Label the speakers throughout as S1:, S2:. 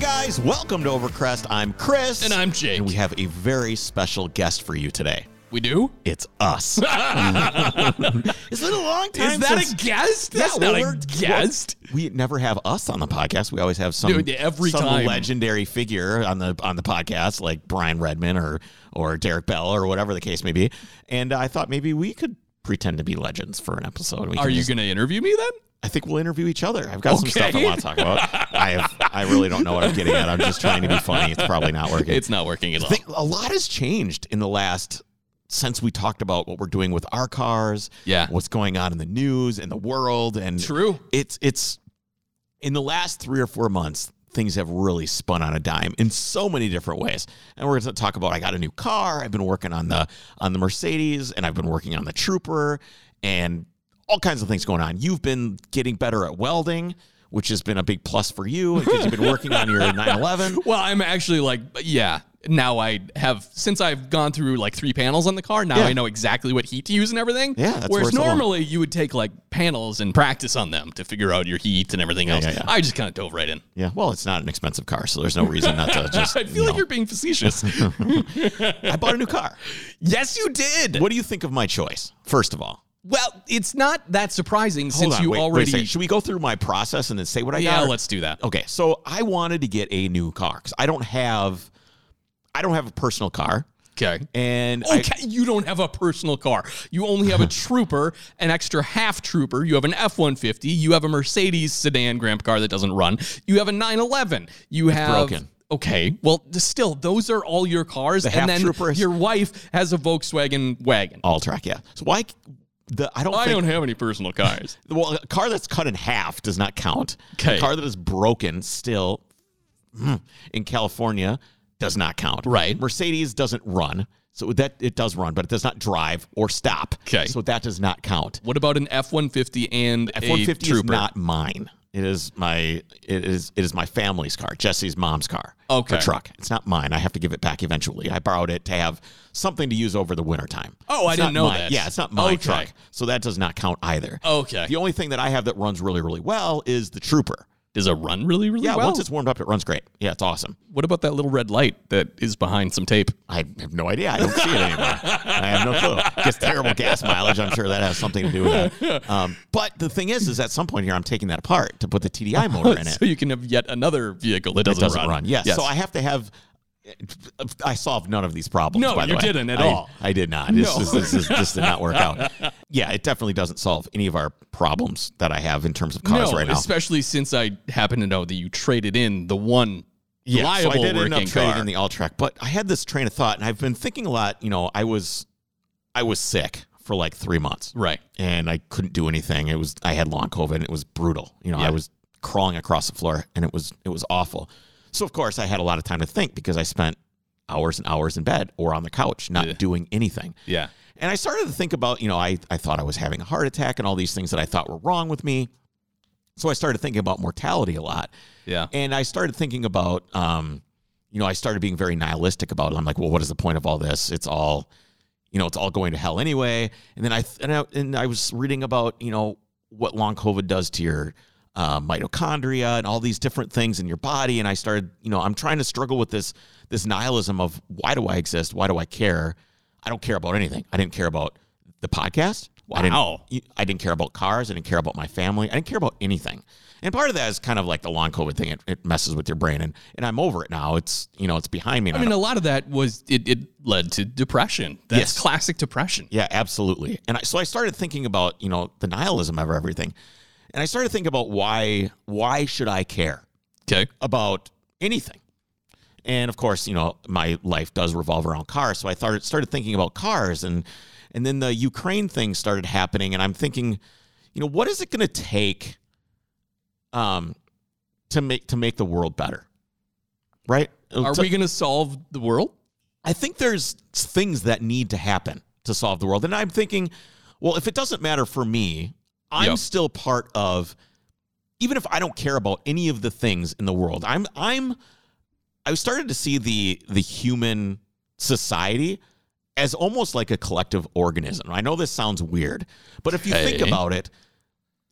S1: guys. Welcome to Overcrest. I'm Chris.
S2: And I'm Jake.
S1: And we have a very special guest for you today.
S2: We do?
S1: It's us. it's been a long time
S2: Is that
S1: since-
S2: a guest? That's
S1: Yeah, well,
S2: not
S1: we're-
S2: a guest.
S1: well, we never have us on the podcast. We always have some
S2: Dude, every
S1: some
S2: time.
S1: legendary figure on the on the podcast, like Brian Redman or or Derek Bell or whatever the case may be. And I thought maybe we could pretend to be legends for an episode. We
S2: Are
S1: can
S2: you
S1: just-
S2: going to interview me then?
S1: I think we'll interview each other. I've got some
S2: Okay.
S1: stuff I want to talk about. I have, I really don't know what I'm getting at. I'm just trying to be funny. It's probably not working.
S2: It's not working at all.
S1: I think a lot has changed in the last since we talked about what we're doing with our cars.
S2: Yeah.
S1: what's going on in the news and the world and
S2: True.
S1: it's it's in the last three or four months things have really spun on a dime in so many different ways and we're going to talk about i got a new car i've been working on the on the mercedes and i've been working on the trooper and all kinds of things going on you've been getting better at welding which has been a big plus for you because you've been working on your 911
S2: Well, I'm actually like, yeah. Now I have, since I've gone through like three panels on the car, now
S1: Yeah.
S2: I know exactly what heat to use and everything.
S1: Yeah, that's where
S2: Whereas
S1: it's all-
S2: normally you would take like panels and practice on them to figure out your heat and everything else.
S1: yeah, yeah.
S2: I just kind of dove right in.
S1: yeah well it's not an expensive car so there's no reason not to just
S2: I feel
S1: you
S2: like
S1: know.
S2: you're being facetious.
S1: i bought a new car
S2: yes, you did.
S1: what do you think of my choice first of all
S2: Well, it's not that surprising
S1: Hold
S2: since
S1: on,
S2: you
S1: wait- wait a
S2: already.
S1: second. should we go through my process and then say what i
S2: yeah,
S1: got or-
S2: let's do that.
S1: okay so i wanted to get a new car because i don't have i don't have a personal car
S2: Okay.
S1: and I-
S2: Okay, you don't have a personal car. You only have a trooper, an extra half trooper. You have an F 150. You have a Mercedes sedan Grand car that doesn't run. You have a 911. You have.
S1: broken.
S2: Okay, well, th- still, those are all your cars.
S1: half
S2: and then
S1: trooper is-
S2: your wife has a Volkswagen wagon.
S1: all track yeah so why the i don't
S2: I
S1: think
S2: don't have any personal cars.
S1: well a car that's cut in half does not count
S2: Okay.
S1: a car that is broken still mm, in california does not count
S2: Right.
S1: mercedes doesn't run so that it does run but it does not drive or stop
S2: Okay.
S1: so that does not count
S2: what about an F 150 and
S1: F
S2: a
S1: one fifty is
S2: trooper?
S1: not mine. It is my it is it is my family's car, Jesse's mom's car.
S2: Okay.
S1: Her truck. It's not mine. I have to give it back eventually. I borrowed it to have something to use over the wintertime.
S2: Oh, I
S1: It's
S2: didn't
S1: not
S2: know
S1: mine.
S2: that.
S1: Yeah, it's not my
S2: Okay.
S1: truck. So that does not count either.
S2: Okay.
S1: The only thing that I have that runs really, really well is the trooper.
S2: Does it run really, really
S1: Yeah,
S2: well?
S1: once it's warmed up, it runs great. Yeah, it's awesome.
S2: what about that little red light that is behind some tape?
S1: I have no idea. I don't see it anymore. I have no clue. Gets terrible gas mileage. I'm sure that has something to do with it. Um, but the thing is, is at some point here, I'm taking that apart to put the TDI motor in it.
S2: So you can have yet another vehicle that doesn't,
S1: doesn't run. Yes.
S2: Yes.
S1: So I have to have. I solved none of these problems.
S2: No,
S1: by the
S2: you
S1: way.
S2: didn't at
S1: I-
S2: all.
S1: I did not. This,
S2: No.
S1: this, this, this, this did not work out. Yeah, it definitely doesn't solve any of our problems that I have in terms of cars
S2: no,
S1: right now.
S2: especially since I happen to know that you traded in the one
S1: yeah,
S2: reliable
S1: so I did
S2: working
S1: end up
S2: car.
S1: trading in the all track, but I had this train of thought, and I've been thinking a lot. You know, I was, I was sick for like three months,
S2: right.
S1: and I couldn't do anything. It was I had long COVID and it was brutal. You know,
S2: Yeah.
S1: I was crawling across the floor and it was it was awful. So of course I had a lot of time to think because I spent hours and hours in bed or on the couch not
S2: Yeah.
S1: doing anything.
S2: Yeah.
S1: And I started to think about, you know, I, I thought I was having a heart attack and all these things that I thought were wrong with me. So I started thinking about mortality a lot.
S2: Yeah.
S1: And I started thinking about, um, you know, I started being very nihilistic about it. I'm like, well, what is the point of all this? It's all, you know, it's all going to hell anyway. And then I and I, and I was reading about, you know, what long COVID does to your uh, mitochondria and all these different things in your body. And I started, you know, I'm trying to struggle with this this nihilism of why do I exist? Why do I care? I don't care about anything. I didn't care about the podcast. I didn't-
S2: Wow.
S1: you- I didn't care about cars. I didn't care about my family. I didn't care about anything. And part of that is kind of like the long COVID thing. It, it messes with your brain, and and I'm over it now. It's you know it's behind me. and
S2: I
S1: I
S2: mean, a lot of that was it, it led to depression. That's
S1: Yes.
S2: classic depression.
S1: Yeah, absolutely. And I, so I started thinking about you know the nihilism of everything, and I started thinking about why why should I care
S2: Okay.
S1: about anything? And of course, you know my life does revolve around cars, so I started started thinking about cars, and and then the Ukraine thing started happening, and I'm thinking, you know, what is it going to take, um, to make to make the world better, right?
S2: Are
S1: To-
S2: we going to solve the world?
S1: I think there's things that need to happen to solve the world. And I'm thinking, well, if it doesn't matter for me, I'm
S2: Yep.
S1: still part of even if I don't care about any of the things in the world. I'm I'm I started to see the the human society as almost like a collective organism. I know this sounds weird, but if you think
S2: Okay.
S1: about it,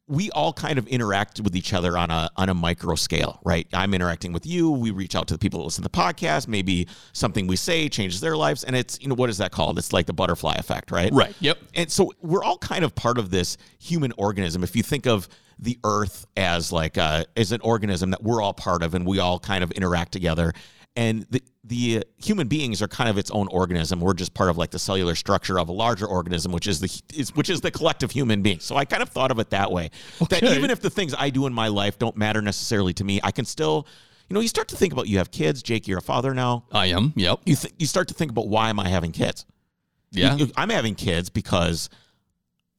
S1: we all kind of interact with each other on a on a micro scale, right? I'm interacting with you. We reach out to the people that listen to the podcast. Maybe something we say changes their lives, and it's you know what is that called? It's like the butterfly effect, right?
S2: Right. Yep.
S1: And so we're all kind of part of this human organism. If you think of the Earth as like a, as an organism that we're all part of, and we all kind of interact together, and the the uh, human beings are kind of its own organism. We're just part of like the cellular structure of a larger organism, which is the is, which is the collective human being. So I kind of thought of it that way. That
S2: Okay.
S1: even if the things I do in my life don't matter necessarily to me, I can still, you know, you start to think about you have kids. Jake, you're a father now.
S2: I am. Yep.
S1: You th- you start to think about why am I having kids?
S2: Yeah.
S1: You- I'm having kids because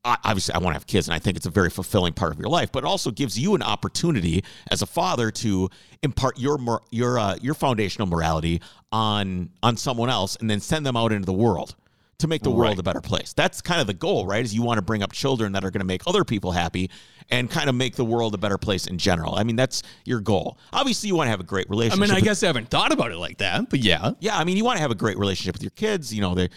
S1: I, obviously I want to have kids, and I think it's a very fulfilling part of your life. But it also gives you an opportunity as a father to impart your mor- your uh, your foundational morality on on someone else, and then send them out into the world to make the world a better place. That's kind of the goal, right? Is you want to bring up children that are going to make other people happy and kind of make the world a better place in general. I mean, that's your goal. Obviously, you want to have a great
S2: I
S1: relationship.
S2: mean, I
S1: with
S2: guess I haven't thought about it like that, but yeah.
S1: yeah, I mean, you want to have a great relationship with your kids, you know, they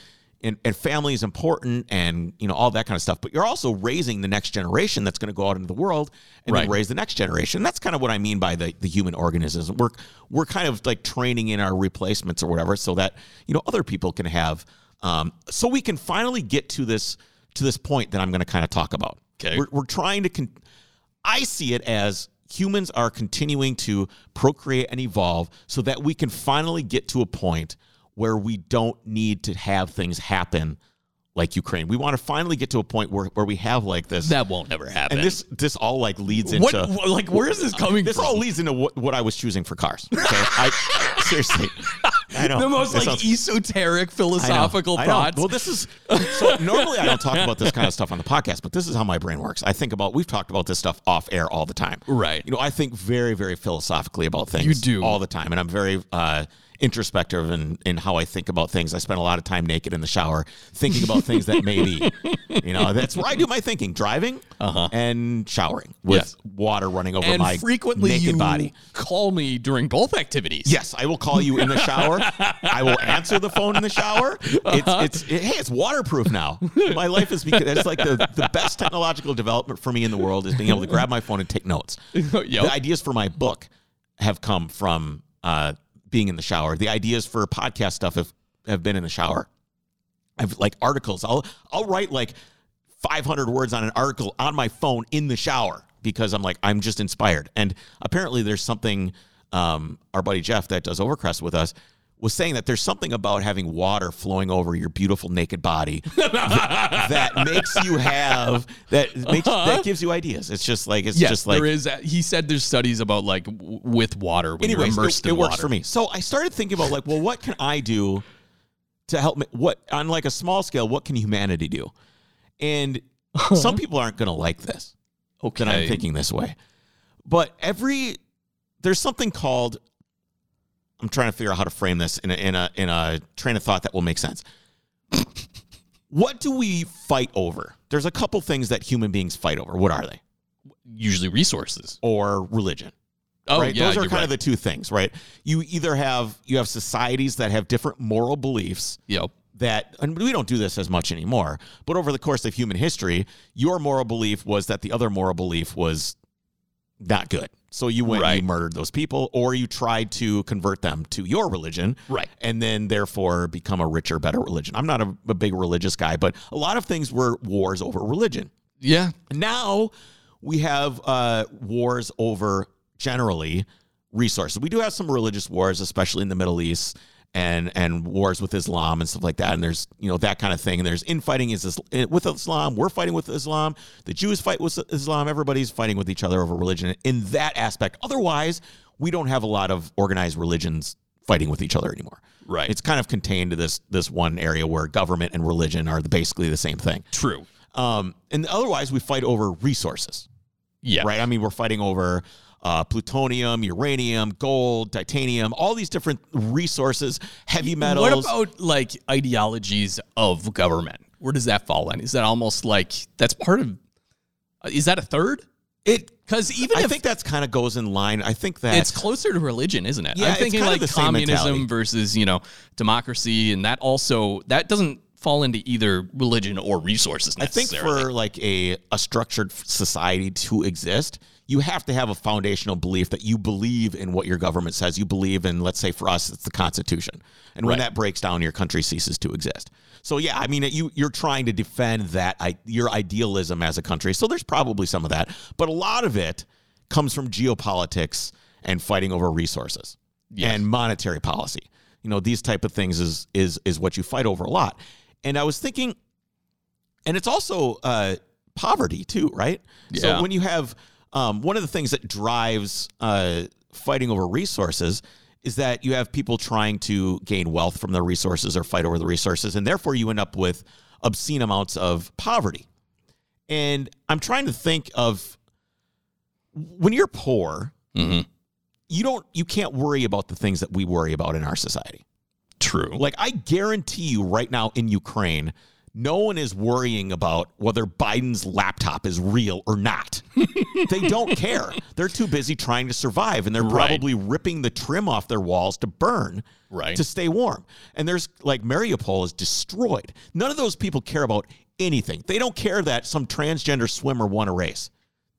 S1: and, and family is important and you know all that kind of stuff but you're also raising the next generation that's going to go out into the world and then
S2: Right.
S1: raise the next generation that's kind of what i mean by the, the human organism we're we're kind of like training in our replacements or whatever so that you know other people can have um, so we can finally get to this to this point that i'm going to kind of talk about
S2: Okay.
S1: we're, we're trying to con- I see it as humans are continuing to procreate and evolve so that we can finally get to a point where we don't need to have things happen like Ukraine. We want to finally get to a point where, where we have like this.
S2: That won't ever happen.
S1: and this this all like leads into
S2: what, wh- like, where is this coming
S1: this
S2: from?
S1: all leads into what, what I was choosing for cars. Okay? I seriously. I know.
S2: the most
S1: That
S2: like
S1: sounds- I
S2: esoteric
S1: know.
S2: philosophical
S1: I know.
S2: thoughts.
S1: Well, this is so normally I don't talk about this kind of stuff on the podcast, but this is how my brain works. I think about we've talked about this stuff off air all the time.
S2: Right.
S1: You know, I think very, very philosophically about things.
S2: You do.
S1: all the time, and I'm very uh, introspective in in how I think about things. I spend a lot of time naked in the shower thinking about things that may be. You know, that's where I do my thinking: driving and showering with
S2: Yes.
S1: water running over
S2: Uh-huh. and
S1: my
S2: frequently
S1: naked
S2: you
S1: body.
S2: call me during both activities.
S1: Yes, I will call you in the shower. I will answer the phone in the shower. It's, it's it- hey, it's waterproof now. My life is because it's like the, the best technological development for me in the world is being able to grab my phone and take notes.
S2: Yep.
S1: The ideas for my book have come from uh, being in the shower. The ideas for podcast stuff have, have been in the shower. I've like articles. I'll I'll write like 500 words on an article on my phone in the shower because I'm like I'm just inspired. And apparently there's something um, our buddy Jeff that does Overcrest with us was saying that there's something about having water flowing over your beautiful naked body that, that makes you have that makes that gives you ideas. It's just like it's
S2: Uh-huh. Yes,
S1: just like
S2: there is. He said there's studies about like w- with water when
S1: Anyways,
S2: you're immersed
S1: it,
S2: in
S1: it works
S2: water.
S1: for me. So I started thinking about like, well, what can I do to help me? What on like a small scale, what can humanity do? And some people aren't going to like this
S2: Okay,
S1: that I'm thinking this way, but every there's something called. I'm trying to figure out how to frame this in a in a in a train of thought that will make sense. what do we fight over? There's a couple things that human beings fight over. What are they?
S2: usually resources.
S1: Or religion
S2: Oh
S1: right?
S2: yeah,
S1: Those are
S2: you're
S1: kind of the two things, right? You either have you have societies that have different moral beliefs
S2: the yep.
S1: that and we don't do this as much anymore, but over the course of human history, your moral belief was that the other moral belief was not good. So you went and
S2: Right.
S1: you murdered those people or you tried to convert them to your religion
S2: Right.
S1: and then therefore become a richer, better religion. I'm not a, a big religious guy, but a lot of things were wars over religion
S2: Yeah,
S1: now we have uh, wars over generally resources. We do have some religious wars, especially in the Middle East, and and wars with Islam and stuff like that. And there's you know that kind of thing. And there's infighting is Isl- with Islam. We're fighting with Islam. The Jews fight with Islam. Everybody's fighting with each other over religion in that aspect. Otherwise, we don't have a lot of organized religions fighting with each other anymore.
S2: Right.
S1: It's kind of contained to this this one area where government and religion are basically the same thing.
S2: true.
S1: Um, and otherwise, we fight over resources,
S2: Yeah,
S1: right? I mean, we're fighting over uh, plutonium, uranium, gold, titanium, all these different resources, heavy
S2: What
S1: metals.
S2: about like ideologies of government? Where does that fall in? Is that almost like that's part of? Is that a third? It because even
S1: I
S2: if
S1: think that's kind of goes in line. I think that
S2: it's closer to religion, isn't it?
S1: Yeah,
S2: I'm
S1: it's
S2: thinking
S1: kind of
S2: like
S1: the same
S2: communism
S1: mentality.
S2: versus you know democracy, and that also that doesn't fall into either religion or resources
S1: I think
S2: necessarily.
S1: for like a, a structured f- society to exist, you have to have a foundational belief that you believe in what your government says. You believe in, let's say for us, it's the Constitution. And when
S2: Right.
S1: that breaks down, your country ceases to exist. So yeah, I mean, you you're trying to defend that I, your idealism as a country. So there's probably some of that, but a lot of it comes from geopolitics and fighting over resources
S2: Yes.
S1: and monetary policy. You know, these type of things is is is what you fight over a lot. And I was thinking and it's also uh, poverty too, right?
S2: Yeah.
S1: So when you have um, one of the things that drives uh, fighting over resources is that you have people trying to gain wealth from their resources or fight over the resources, and therefore you end up with obscene amounts of poverty. And I'm trying to think of when you're poor,
S2: Mhm.
S1: you don't you can't worry about the things that we worry about in our society.
S2: True.
S1: Like I guarantee you right now in Ukraine, no one is worrying about whether Biden's laptop is real or not. they don't care. They're too busy trying to survive and they're
S2: Right.
S1: probably ripping the trim off their walls to burn
S2: Right.
S1: to stay warm. And there's like Mariupol is destroyed. None of those people care about anything. They don't care that some transgender swimmer won a race.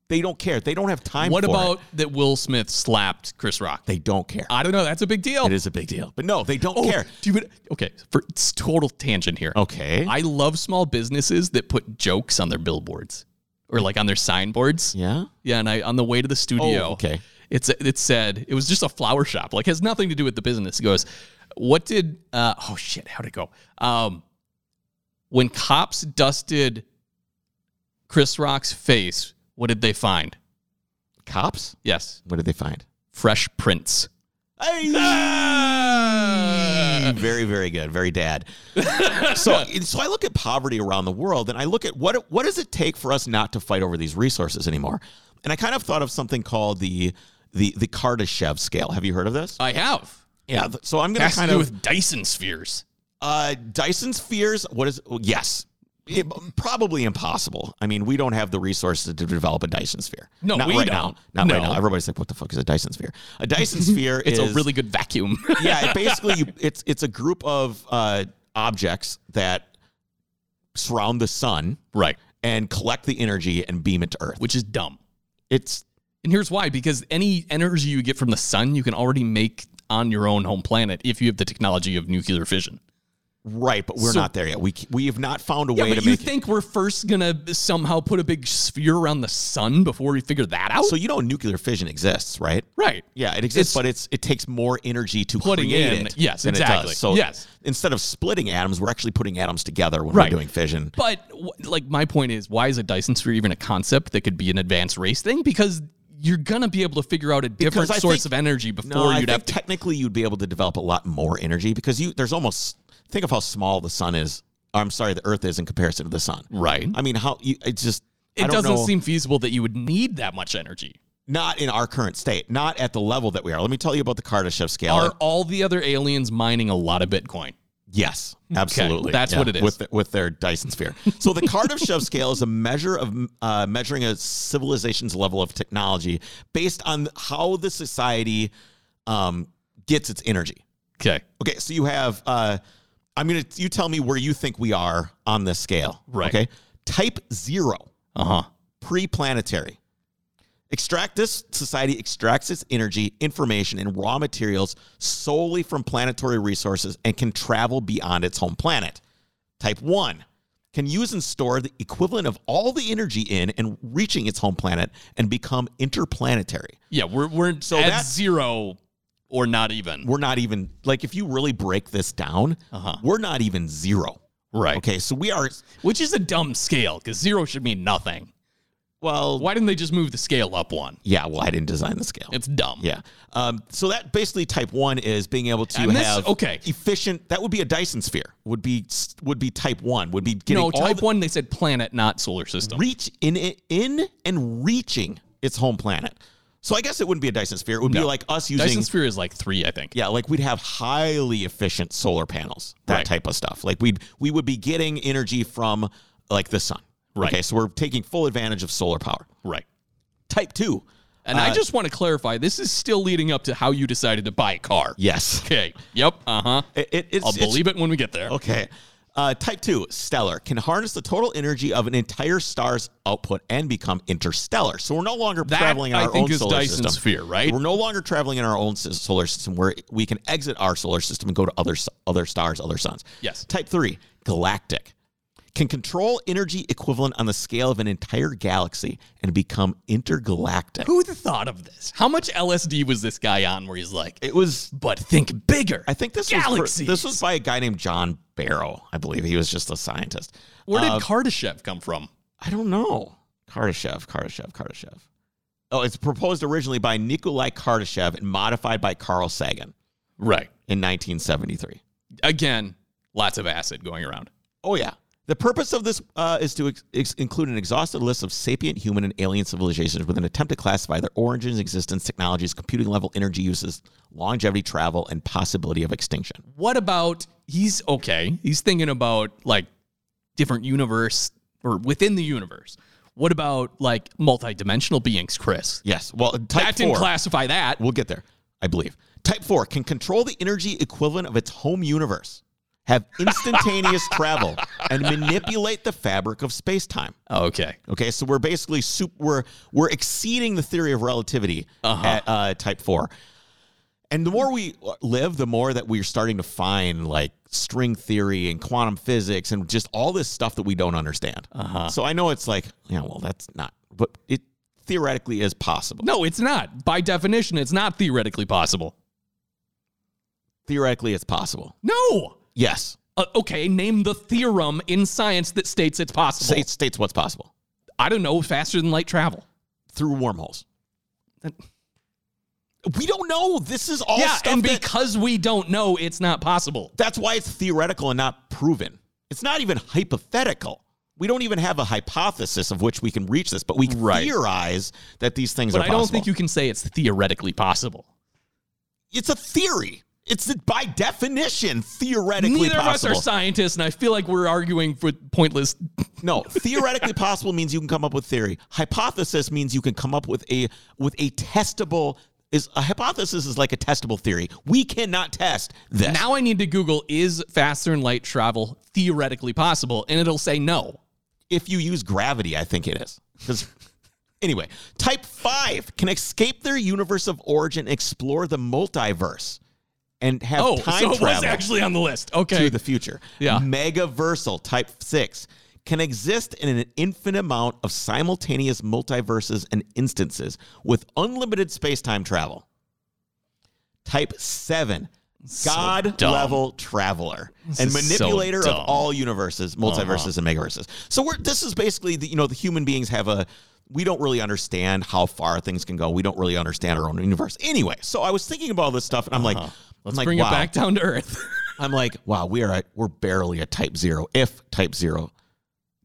S1: They don't care. They don't have time
S2: what
S1: for it.
S2: about that Will Smith slapped Chris Rock?
S1: They don't care.
S2: I don't know. That's a big deal.
S1: It is a big deal. But no, they don't
S2: Oh,
S1: care.
S2: Do you, okay, for it's total tangent here.
S1: Okay.
S2: I love small businesses that put jokes on their billboards or like on their signboards.
S1: yeah.
S2: Yeah, and I on the way to the studio.
S1: Oh, okay.
S2: It's it said it was just a flower shop. Like has nothing to do with the business. It goes, what did? Uh, oh shit, how'd it go? Um, when cops dusted Chris Rock's face, what did they find?
S1: Cops?
S2: Yes,
S1: What did they find?
S2: fresh prints.
S1: Very, very good. Very dad. so, so I look at poverty around the world, and I look at what what does it take for us not to fight over these resources anymore? And I kind of thought of something called the the the Kardashev scale. Have you heard of this?
S2: I have.
S1: Uh, Yeah. th- So I'm going
S2: Has
S1: to kind
S2: to do
S1: of
S2: with Dyson spheres.
S1: uh, Dyson's fears. What is? oh, Yes. It- probably impossible. I mean, we don't have the resources to develop a Dyson sphere.
S2: No,
S1: not
S2: we
S1: right
S2: don't.
S1: now. Not right
S2: No.
S1: now. Everybody's like, "What the fuck is a Dyson sphere?" A Dyson sphere
S2: It's
S1: is
S2: a really good vacuum.
S1: yeah, it basically you, it's it's a group of uh, objects that surround the sun
S2: right.
S1: and collect the energy and beam it to Earth.
S2: Which is dumb.
S1: It's
S2: And here's why because any energy you get from the sun, you can already make on your own home planet if you have the technology of nuclear fission.
S1: right, but we're
S2: So-
S1: not there yet. We c- we have not found a
S2: Yeah,
S1: way
S2: but
S1: to
S2: you
S1: make
S2: think we're first going to somehow put a big sphere around the sun before we figure that out?
S1: it. So you know, nuclear fission exists, right?
S2: right.
S1: Yeah, it exists,
S2: It's-
S1: but it's it takes more energy to
S2: Putting
S1: create
S2: in-
S1: it.
S2: yes,
S1: than it does.
S2: exactly.
S1: So
S2: Yes.
S1: instead of splitting atoms, we're actually putting atoms together when
S2: Right.
S1: we're doing fission.
S2: But w- like my point is, why is a Dyson sphere even a concept that could be an advanced race thing? Because you're gonna be able to figure out a different
S1: I
S2: source
S1: think-
S2: of energy before
S1: No, I
S2: you'd
S1: think
S2: have to.
S1: technically you'd be able to develop a lot more energy because you there's almost think of how small the sun is. Or I'm sorry, the Earth is in comparison to the sun.
S2: Right.
S1: I mean, how you, it's just I
S2: It
S1: don't
S2: doesn't
S1: know,
S2: seem feasible that you would need that much energy.
S1: not in our current state, not at the level that we are. Let me tell you about the Kardashev scale.
S2: Are all the other aliens mining a lot of Bitcoin?
S1: Yes, absolutely.
S2: that's what it is.
S1: with the, with their Dyson sphere. So the Kardashev scale is a measure of uh, measuring a civilization's level of technology based on how the society um, gets its energy.
S2: Okay.
S1: Okay, so you have. Uh, I'm gonna. You tell me where you think we are on this scale.
S2: Right.
S1: Okay. Type zero,
S2: Uh huh.
S1: Uh-huh. pre-planetary. Extract this society extracts its energy, information, and raw materials solely from planetary resources and can travel beyond its home planet. Type one can use and store the equivalent of all the energy in and reaching its home planet and become interplanetary.
S2: Yeah, we're we're
S1: So
S2: at
S1: that-
S2: zero or not even.
S1: We're not even like if you really break this down,
S2: Uh-huh.
S1: we're not even zero.
S2: Right.
S1: Okay, so we are
S2: Which is a dumb scale because zero should mean nothing.
S1: well.
S2: Why didn't they just move the scale up one?
S1: Yeah, well, I didn't design the scale.
S2: It's dumb.
S1: yeah, um, so that basically type one is being able to
S2: And this-
S1: have
S2: okay.
S1: efficient. That would be a Dyson sphere. Would be would be type one. Would be getting
S2: no,
S1: all
S2: type
S1: the
S2: one they said planet, not solar system.
S1: reach in in and reaching its home planet. So I guess it wouldn't be a Dyson sphere. It would be like us using
S2: Dyson sphere is like three, I think.
S1: Yeah, like we'd have highly efficient solar panels, that
S2: Right.
S1: type of stuff. Like we'd we would be getting energy from like the sun.
S2: Right.
S1: Okay, so we're taking full advantage of solar power.
S2: Right.
S1: Type two. Uh,
S2: And I just want to clarify, this is still leading up to how you decided to buy a car.
S1: Yes.
S2: Okay. Yep. Uh huh.
S1: It, it- it's,
S2: I'll
S1: it's-
S2: believe it when we get there.
S1: okay. Uh, type two, stellar, can harness the total energy of an entire star's output and become interstellar. So we're no longer
S2: That,
S1: traveling in
S2: I
S1: our
S2: think,
S1: own
S2: is
S1: solar
S2: Dyson
S1: system.
S2: sphere, right?
S1: We're no longer traveling in our own s- solar system, where we can exit our solar system and go to other s- other stars, other suns.
S2: Yes.
S1: Type three, galactic, can control energy equivalent on the scale of an entire galaxy and become intergalactic.
S2: Who thought of this? How much LSD was this guy on where he's like,
S1: It was
S2: but think bigger?
S1: I think this was, for-
S2: Galaxies.
S1: this was by a guy named John Barrow, I believe. He was just a scientist.
S2: Where did
S1: Uh,
S2: Kardashev come from?
S1: I don't know. Kardashev, Kardashev, Kardashev. Oh, it's proposed originally by Nikolai Kardashev and modified by Carl Sagan
S2: Right.
S1: in 1973.
S2: Again, lots of acid going around.
S1: Oh, yeah. The purpose of this uh, is to ex- ex- include an exhaustive list of sapient human and alien civilizations with an attempt to classify their origins, existence, technologies, computing level, energy uses, longevity, travel, and possibility of extinction.
S2: What about he's okay? He's thinking about like different universe or within the universe. What about like multidimensional beings, Chris?
S1: Yes. Well, type
S2: That didn't
S1: four-
S2: classify that.
S1: We'll get there, I believe. Type 4 can control the energy equivalent of its home universe, have instantaneous travel, and manipulate the fabric of space time.
S2: Okay.
S1: Okay, so we're basically sup- we're we're exceeding the theory of relativity at uh, type four, and the more we live, the more that we're starting to find like string theory and quantum physics and just all this stuff that we don't understand. Uh-huh. So I know it's like, yeah, well, that's not, but it theoretically is possible.
S2: No, it's not. By definition, it's not theoretically possible.
S1: Theoretically, it's possible.
S2: No.
S1: Yes,
S2: Uh, okay, name the theorem in science that states it's possible.
S1: States, states what's possible
S2: I don't know, faster than light travel.
S1: through wormholes.
S2: That-
S1: We don't know. This is all
S2: yeah,
S1: stuff
S2: and
S1: that-
S2: because we don't know, it's not possible.
S1: that's why it's theoretical and not proven. It's not even hypothetical. We don't even have a hypothesis of which we can reach this, but we can
S2: Right.
S1: theorize that these things
S2: But
S1: are
S2: I don't
S1: possible.
S2: think you can say it's theoretically possible.
S1: it's a theory. It's by definition theoretically
S2: Neither
S1: possible.
S2: of us are scientists, and I feel like we're arguing for pointless.
S1: No, theoretically possible means you can come up with theory. Hypothesis means you can come up with a with a testable is a hypothesis is like a testable theory. We cannot test this.
S2: Now I need to Google is faster than light travel theoretically possible, and it'll say no.
S1: if you use gravity, I think it is. 'Cause- anyway, type five can escape their universe of origin, explore the multiverse, and have
S2: Oh,
S1: time
S2: so it was
S1: travel
S2: actually on the list.
S1: to
S2: Okay,
S1: the future.
S2: Yeah.
S1: Megaversal type six can exist in an infinite amount of simultaneous multiverses and instances with unlimited space-time travel. Type seven. God
S2: dumb.
S1: level traveler and
S2: is so
S1: manipulator of
S2: dumb. Uh-huh.
S1: all all universes, multiverses, and megaverses. So we're this is basically the, you know the human beings have a we don't really understand how far things can go. We don't really understand our own universe. Anyway, so I was thinking about all this stuff, and I'm like, I'm like,
S2: Uh-huh. bring
S1: wow.
S2: it back down to earth.
S1: I'm like, wow, we are at, we're barely a type zero, if type zero.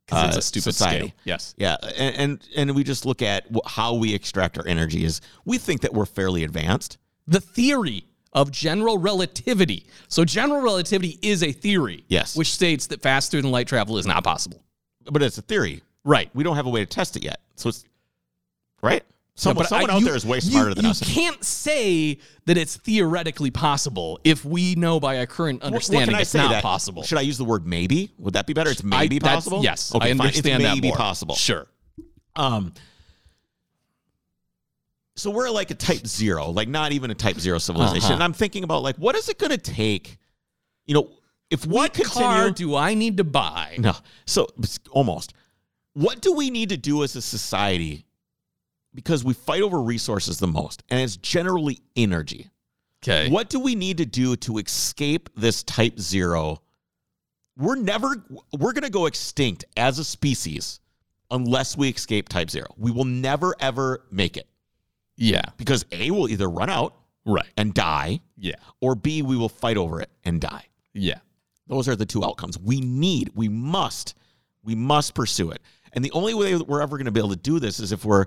S2: 'Cause
S1: uh, society.
S2: Yes.
S1: Yeah, and, and and we just look at wh- how we extract our energy is we think that we're fairly advanced.
S2: the theory of general relativity. So general relativity is a theory.
S1: Yes.
S2: Which states that faster than light travel is not possible.
S1: but it's a theory.
S2: Right.
S1: We don't have a way to test it yet. So it's right. Someone,
S2: But I-
S1: someone out
S2: you-
S1: there is way
S2: you-
S1: smarter than
S2: you
S1: us.
S2: can't say that it's theoretically possible if we know by our current
S1: What- what can
S2: understanding
S1: I
S2: it's
S1: say
S2: not
S1: that-
S2: possible.
S1: Should I use the word maybe? Would that be better? It's
S2: I-
S1: maybe
S2: that's-
S1: possible.
S2: Yes.
S1: Okay,
S2: I
S1: fine. It's
S2: understand that
S1: maybe
S2: more.
S1: possible.
S2: Sure.
S1: Um. So we're like a type zero, like not even a type zero civilization.
S2: Uh-huh.
S1: And I'm thinking about like, what is it going to take? You know, if we
S2: What
S1: continue,
S2: car do I need to buy?
S1: no, so it's almost. What do we need to do as a society? Because we fight over resources the most, and it's generally energy.
S2: Okay.
S1: What do we need to do to escape this type zero? We're never, we're going to go extinct as a species unless we escape type zero. We will never, ever make it
S2: Yeah.
S1: because A, we'll either run out
S2: Right.
S1: and die,
S2: Yeah.
S1: or B, we will fight over it and die.
S2: Yeah.
S1: Those are the two outcomes. We need, we must, we must pursue it. And the only way that we're ever going to be able to do this is if we're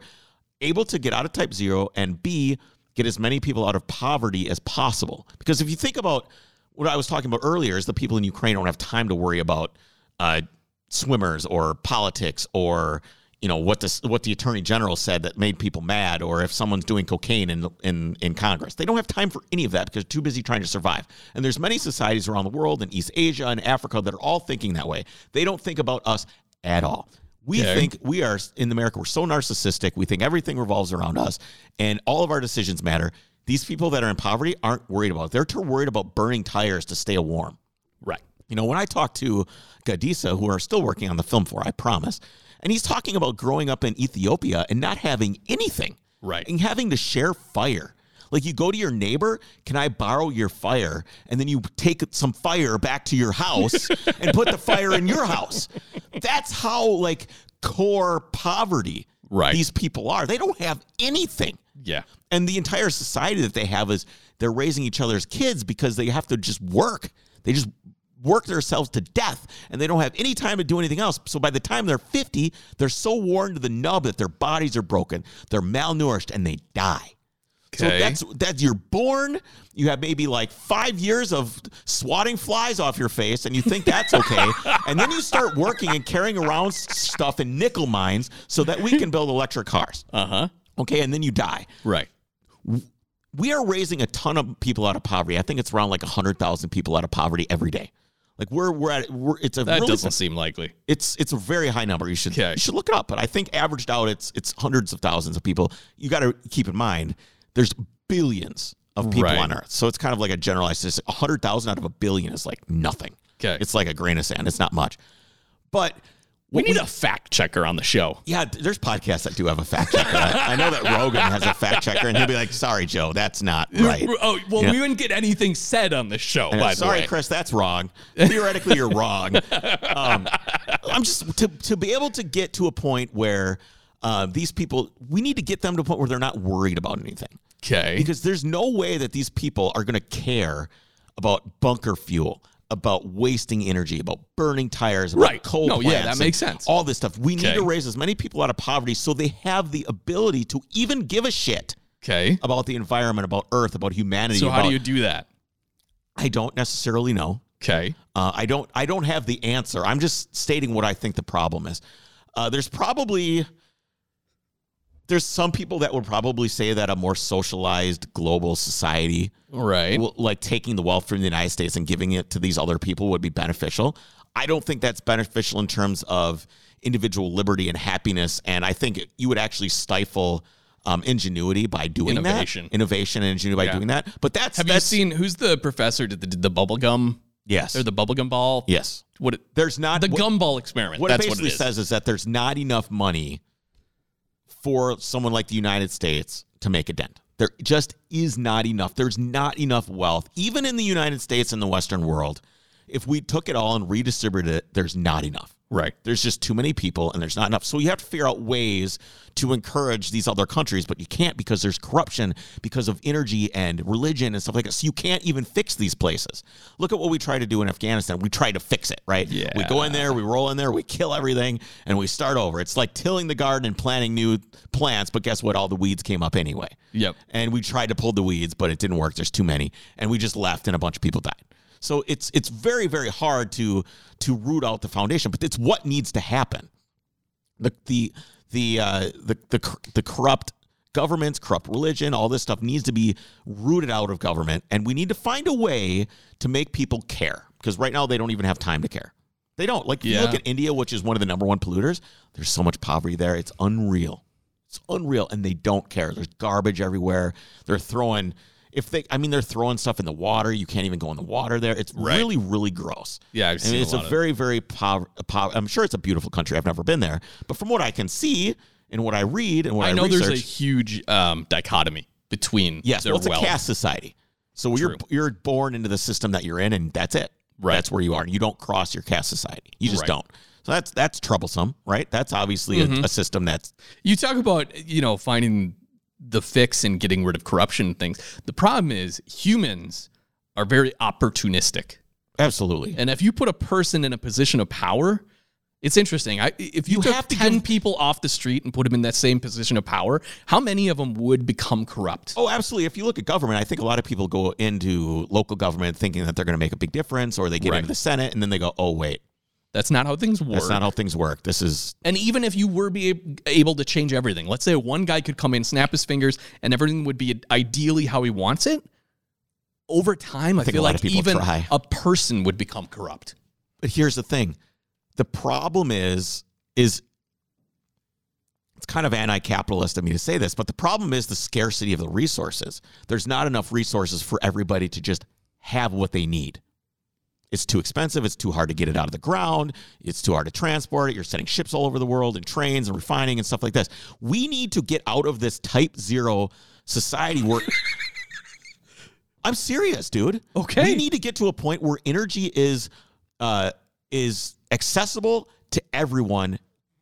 S1: able to get out of type zero and B, get as many people out of poverty as possible. Because if you think about what I was talking about earlier, is the people in Ukraine don't have time to worry about uh, swimmers or politics or you know what this what the attorney general said that made people mad or if someone's doing cocaine in in in congress they don't have time for any of that because they're too busy trying to survive and there's many societies around the world in east asia and africa that are all thinking that way they don't think about us at all we
S2: Okay.
S1: think we are in america we're so narcissistic we think everything revolves around us and all of our decisions matter these people that are in poverty aren't worried about it. they're too worried about burning tires to stay warm
S2: Right.
S1: you know, when I talked to Gadisa, who are still working on the film for, I promise, and he's talking about growing up in Ethiopia and not having anything,
S2: Right.
S1: And having to share fire. Like you go to your neighbor, can I borrow your fire? And then you take some fire back to your house and put the fire in your house. That's how like core poverty
S2: Right.
S1: these people are. They don't have anything
S2: Yeah.
S1: and the entire society that they have is they're raising each other's kids because they have to just work. They just work themselves to death and they don't have any time to do anything else. So by the time they're 50, they're so worn to the nub that their bodies are broken, they're malnourished, and they die. So
S2: Okay.
S1: that's that's you're born. You have maybe like five years of swatting flies off your face, and you think that's okay. and then you start working and carrying around s- stuff in nickel mines so that we can build electric cars.
S2: uh huh.
S1: Okay, and then you die
S2: Right.
S1: we are raising a ton of people out of poverty. I think it's around like 100,000 people out of poverty every day. Like we're we're at we're, it's a
S2: That
S1: really,
S2: doesn't seem likely.
S1: it's it's a very high number. You should
S2: Okay.
S1: you should look it up, but I think averaged out it's it's hundreds of thousands of people. You got to keep in mind there's billions of people
S2: Right.
S1: on earth. So it's kind of like a generalized it's 100,000 out of a billion is like nothing.
S2: Okay.
S1: It's like a grain of sand. It's not much. But
S2: We need a fact checker on the show.
S1: yeah, th- there's podcasts that do have a fact checker. I, I know that Rogan has a fact checker, and he'll be like, "Sorry, Joe, that's not right."
S2: Oh well,
S1: Yeah.
S2: we wouldn't get anything said on the show.
S1: Yeah,
S2: by the
S1: sorry,
S2: way.
S1: Chris, that's wrong. Theoretically, you're wrong. Um, I'm just to to be able to get to a point where uh, these people, we need to get them to a point where they're not worried about anything,
S2: Okay.
S1: because there's no way that these people are going to care about bunker fuel, about wasting energy, about burning tires, about
S2: Right.
S1: coal
S2: No, yeah,
S1: plants.
S2: that
S1: and
S2: makes sense.
S1: All this stuff. We need
S2: Okay.
S1: to raise as many people out of poverty so they have the ability to even give a shit
S2: Okay.
S1: about the environment, about Earth, about humanity.
S2: So how
S1: about-
S2: do you do that?
S1: I don't necessarily know.
S2: Okay.
S1: Uh, I don't. I don't have the answer. I'm just stating what I think the problem is. Uh, there's probably there's some people that would probably say that a more socialized global society,
S2: Right.
S1: will, like taking the wealth from the United States and giving it to these other people, would be beneficial. I don't think that's beneficial in terms of individual liberty and happiness. And I think you would actually stifle um, ingenuity by doing
S2: Innovation.
S1: that. Innovation and ingenuity by
S2: Yeah.
S1: doing that. But that's
S2: Have you
S1: that's,
S2: seen who's the professor did the, did the bubble gum
S1: yes
S2: or the bubble gum ball?
S1: yes.
S2: What it,
S1: There's not
S2: the
S1: what-
S2: gumball experiment.
S1: what
S2: That's
S1: it
S2: what
S1: basically
S2: it is.
S1: says is that there's not enough money for someone like the United States to make a dent. There just is not enough. There's not enough wealth, even in the United States and the Western world. If we took it all and redistributed it, there's not enough.
S2: right.
S1: There's just too many people and there's not enough. So you have to figure out ways to encourage these other countries, but you can't because there's corruption because of energy and religion and stuff like that. So you can't even fix these places. Look at what we tried to do in Afghanistan. We tried to fix it, right?
S2: Yeah.
S1: We go in there, we roll in there, we kill everything, and we start over. It's like tilling the garden and planting new plants, but guess what? All the weeds came up anyway.
S2: Yep.
S1: And we tried to pull the weeds, but it didn't work. There's too many, and we just left, and a bunch of people died. So it's it's very very hard to to root out the foundation, but it's what needs to happen. The the the uh, the, the cor- the corrupt governments, corrupt religion, all this stuff needs to be rooted out of government, and we need to find a way to make people care because right now they don't even have time to care. They don't like. If you look
S2: Yeah.
S1: at India, which is one of the number one polluters. There's so much poverty there; it's unreal. It's unreal, and they don't care. There's garbage everywhere. They're throwing if they. I mean, they're throwing stuff in the water. You can't even go in the water there. It's
S2: Right.
S1: really, really gross.
S2: Yeah,
S1: I
S2: I've seen
S1: mean,
S2: a
S1: it's a,
S2: lot of-
S1: very, very poverty. I'm sure it's a beautiful country. I've never been there, but from what I can see and what I read and what I,
S2: I know
S1: research,
S2: there's a huge um, dichotomy between
S1: yes,
S2: their
S1: well, it's
S2: wealth.
S1: a caste society. So you're you're born into the system that you're in, and that's it.
S2: Right.
S1: That's where you are. You don't cross your caste society. You just
S2: Right. Mm-hmm.
S1: don't. So that's that's troublesome, right? That's obviously a, a system that's
S2: You talk about, you know, finding the fix and getting rid of corruption and things. The problem is humans are very opportunistic.
S1: absolutely.
S2: And if you put a person in a position of power, it's interesting. I, if you,
S1: You
S2: took
S1: have to
S2: 10
S1: give-
S2: people off the street and put them in that same position of power, how many of them would become corrupt?
S1: Oh, absolutely. If you look at government, I think a lot of people go into local government thinking that they're going to make a big difference, or they get
S2: Right.
S1: into the Senate and then they go, "Oh, wait,
S2: That's not how things work.
S1: That's not how things work. This is
S2: and even if you were be able to change everything, let's say one guy could come in, snap his fingers, and everything would be ideally how he wants it. Over time, I,
S1: think
S2: feel
S1: a lot
S2: like
S1: of people
S2: even
S1: try.
S2: a person would become corrupt.
S1: but here's the thing the problem is is it's kind of anti-capitalist of me to say this but the problem is the scarcity of the resources there's not enough resources for everybody to just have what they need it's too expensive it's too hard to get it out of the ground it's too hard to transport it you're sending ships all over the world and trains and refining and stuff like this we need to get out of this type zero society where i'm serious dude
S2: Okay.
S1: we need to get to a point where energy is uh, is accessible to everyone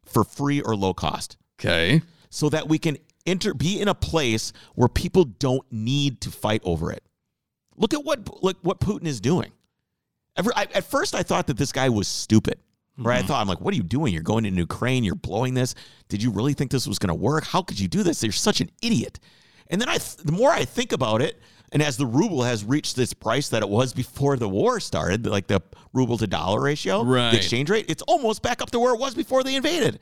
S1: for free or low cost
S2: Okay.
S1: so that we can enter be in a place where people don't need to fight over it. Look at what look what Putin is doing. Every, I, at first, I thought that this guy was stupid. Right? I thought I'm like, what are you doing? You're going into Ukraine. You're blowing this. Did you really think this was going to work? How could you do this? You're such an idiot. And then I, th- the more I think about it, and as the ruble has reached this price that it was before the war started, like the ruble to dollar ratio,
S2: Right.
S1: the exchange rate, it's almost back up to where it was before they invaded,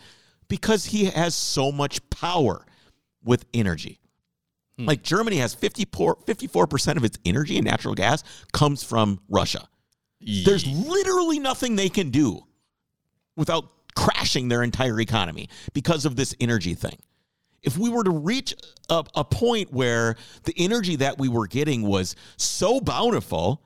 S1: because he has so much power with energy. Like Germany has 54, 54% of its energy and natural gas comes from Russia. There's literally nothing they can do without crashing their entire economy because of this energy thing. If we were to reach a, a point where the energy that we were getting was so bountiful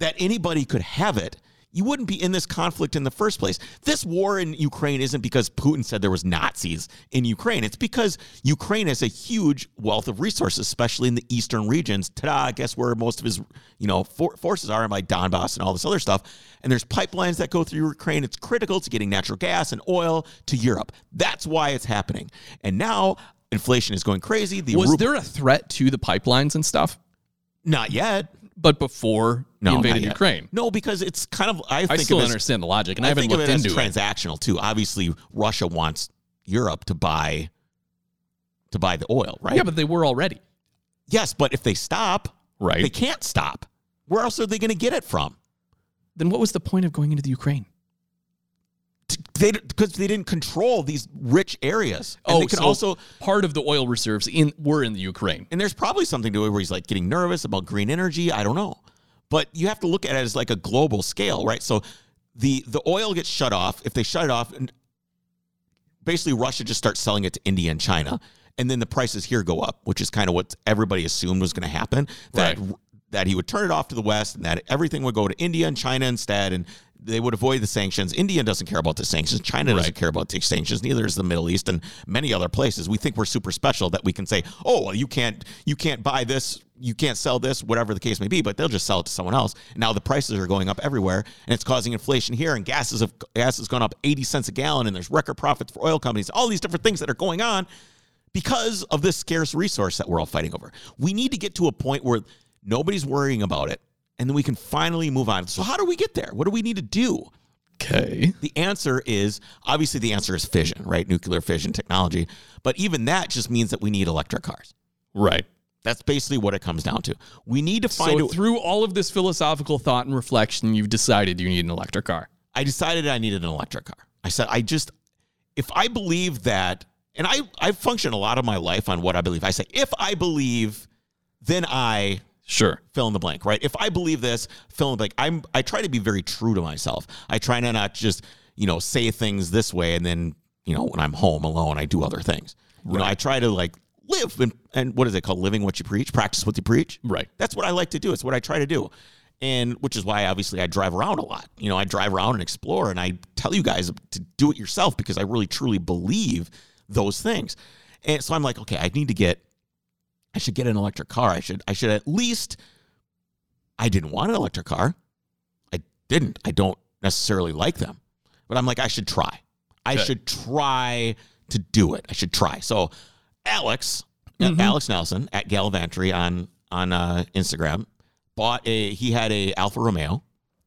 S1: that anybody could have it, you wouldn't be in this conflict in the first place. This war in Ukraine isn't because Putin said there was Nazis in Ukraine. It's because Ukraine has a huge wealth of resources, especially in the eastern regions. Ta-da! Guess where most of his, you know, for- forces are in like Donbass and all this other stuff. And there's pipelines that go through Ukraine. It's critical to getting natural gas and oil to Europe. That's why it's happening. And now inflation is going crazy. The
S2: Was
S1: ruble-
S2: there a threat to the pipelines and stuff?
S1: not yet?
S2: But before
S1: No,
S2: he
S1: not
S2: invaded
S1: yet.
S2: Ukraine,
S1: No, because it's kind of I think
S2: I still
S1: of it as-
S2: understand the logic, and I,
S1: I,
S2: haven't
S1: think of
S2: looked
S1: it as
S2: into it.
S1: transactional too. Obviously, Russia wants Europe to buy to buy the oil, right?
S2: Yeah, but they were already
S1: yes, but if they stop,
S2: right.
S1: they can't stop. Where else are they going to get it from?
S2: then what was the point of going into the Ukraine?
S1: T- They because they didn't control these rich areas. And they can
S2: Oh, so
S1: also
S2: part of the oil reserves in were in the Ukraine.
S1: and there's probably something to it where he's like getting nervous about green energy. I don't know, but you have to look at it as like a global scale, right? So the the oil gets shut off. If they shut it off, and basically Russia just starts selling it to India and China, and then the prices here go up, which is kind of what everybody assumed was going to happen. That
S2: Right.
S1: that he would turn it off to the West, and that everything would go to India and China instead, and they would avoid the sanctions. India doesn't care about the sanctions. China doesn't care about the sanctions. Neither is the Middle East and many other places. We think we're super special that we can say, "Oh, well, you can't, you can't buy this, you can't sell this, whatever the case may be." But they'll just sell it to someone else. And now the prices are going up everywhere, and it's causing inflation here. And gas is gas has gone up eighty cents a gallon, and there's record profits for oil companies. All these different things that are going on because of this scarce resource that we're all fighting over. We need to get to a point where nobody's worrying about it and then we can finally move on. So, how do we get there? What do we need to do?
S2: Okay.
S1: The answer is obviously the answer is fission, right? Nuclear fission technology. But even that just means that we need electric cars.
S2: Right.
S1: That's basically what it comes down to. We need to find
S2: So
S1: a,
S2: through all of this philosophical thought and reflection, you've decided you need an electric car.
S1: I decided I needed an electric car. I said, I just, if I believe that, and I, I function a lot of my life on what I believe. I say, if I believe, then I
S2: Sure.
S1: fill in the blank, right? If I believe this, fill in the blank. I'm I try to be very true to myself. I try to not just, you know, say things this way and then, you know, when I'm home alone, I do other things. You know, I try to like live and, and what is it called? Living what you preach, practice what you preach.
S2: Right.
S1: That's what I like to do. It's what I try to do. And which is why obviously I drive around a lot. You know, I drive around and explore and I tell you guys to do it yourself because I really truly believe those things. And so I'm like, okay, I need to get I should get an electric car. I should I should at least I didn't want an electric car. I didn't. I don't necessarily like them. But I'm like I should try. I
S2: Okay.
S1: should try to do it. I should try. So Alex yeah, Alex Nelson at Galvantry on on uh, Instagram bought a he had a Alfa Romeo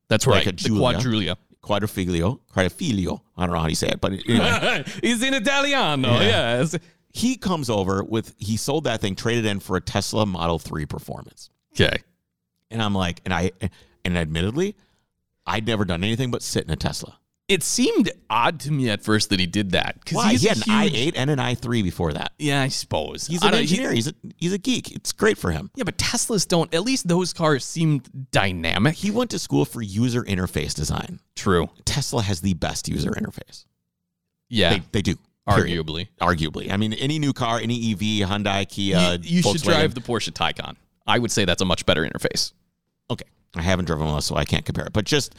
S2: That's
S1: Like
S2: right.
S1: a
S2: the Quadrulia.
S1: Quadrifiglio, Quadrifiglio. I don't know how you say it, but anyway,
S2: He's in Italiano.
S1: Yeah.
S2: Yes.
S1: he comes over with he sold that thing, traded in for a Tesla Model 3 Performance.
S2: Okay.
S1: And I'm like, and I, and admittedly, I'd never done anything but sit in a Tesla.
S2: it seemed odd to me at first that he did that because
S1: Why?
S2: he's
S1: He
S2: a
S1: had an
S2: huge-
S1: i eight and an i three before that.
S2: Yeah, I suppose
S1: He's
S2: I
S1: an
S2: don't- he-
S1: engineer. he's a he's a geek. It's great for him.
S2: yeah, but Teslas don't. At least those cars seemed dynamic.
S1: He went to school for user interface design.
S2: True.
S1: Tesla has the best user interface.
S2: Yeah,
S1: They they do. Period.
S2: arguably.
S1: Arguably. I mean, any new car, any EV, Hyundai, Kia,
S2: you you should
S1: uh, Volkswagen.
S2: drive the Porsche Taycan. I would say that's a much better interface.
S1: okay, I haven't driven one, so I can't compare it. But just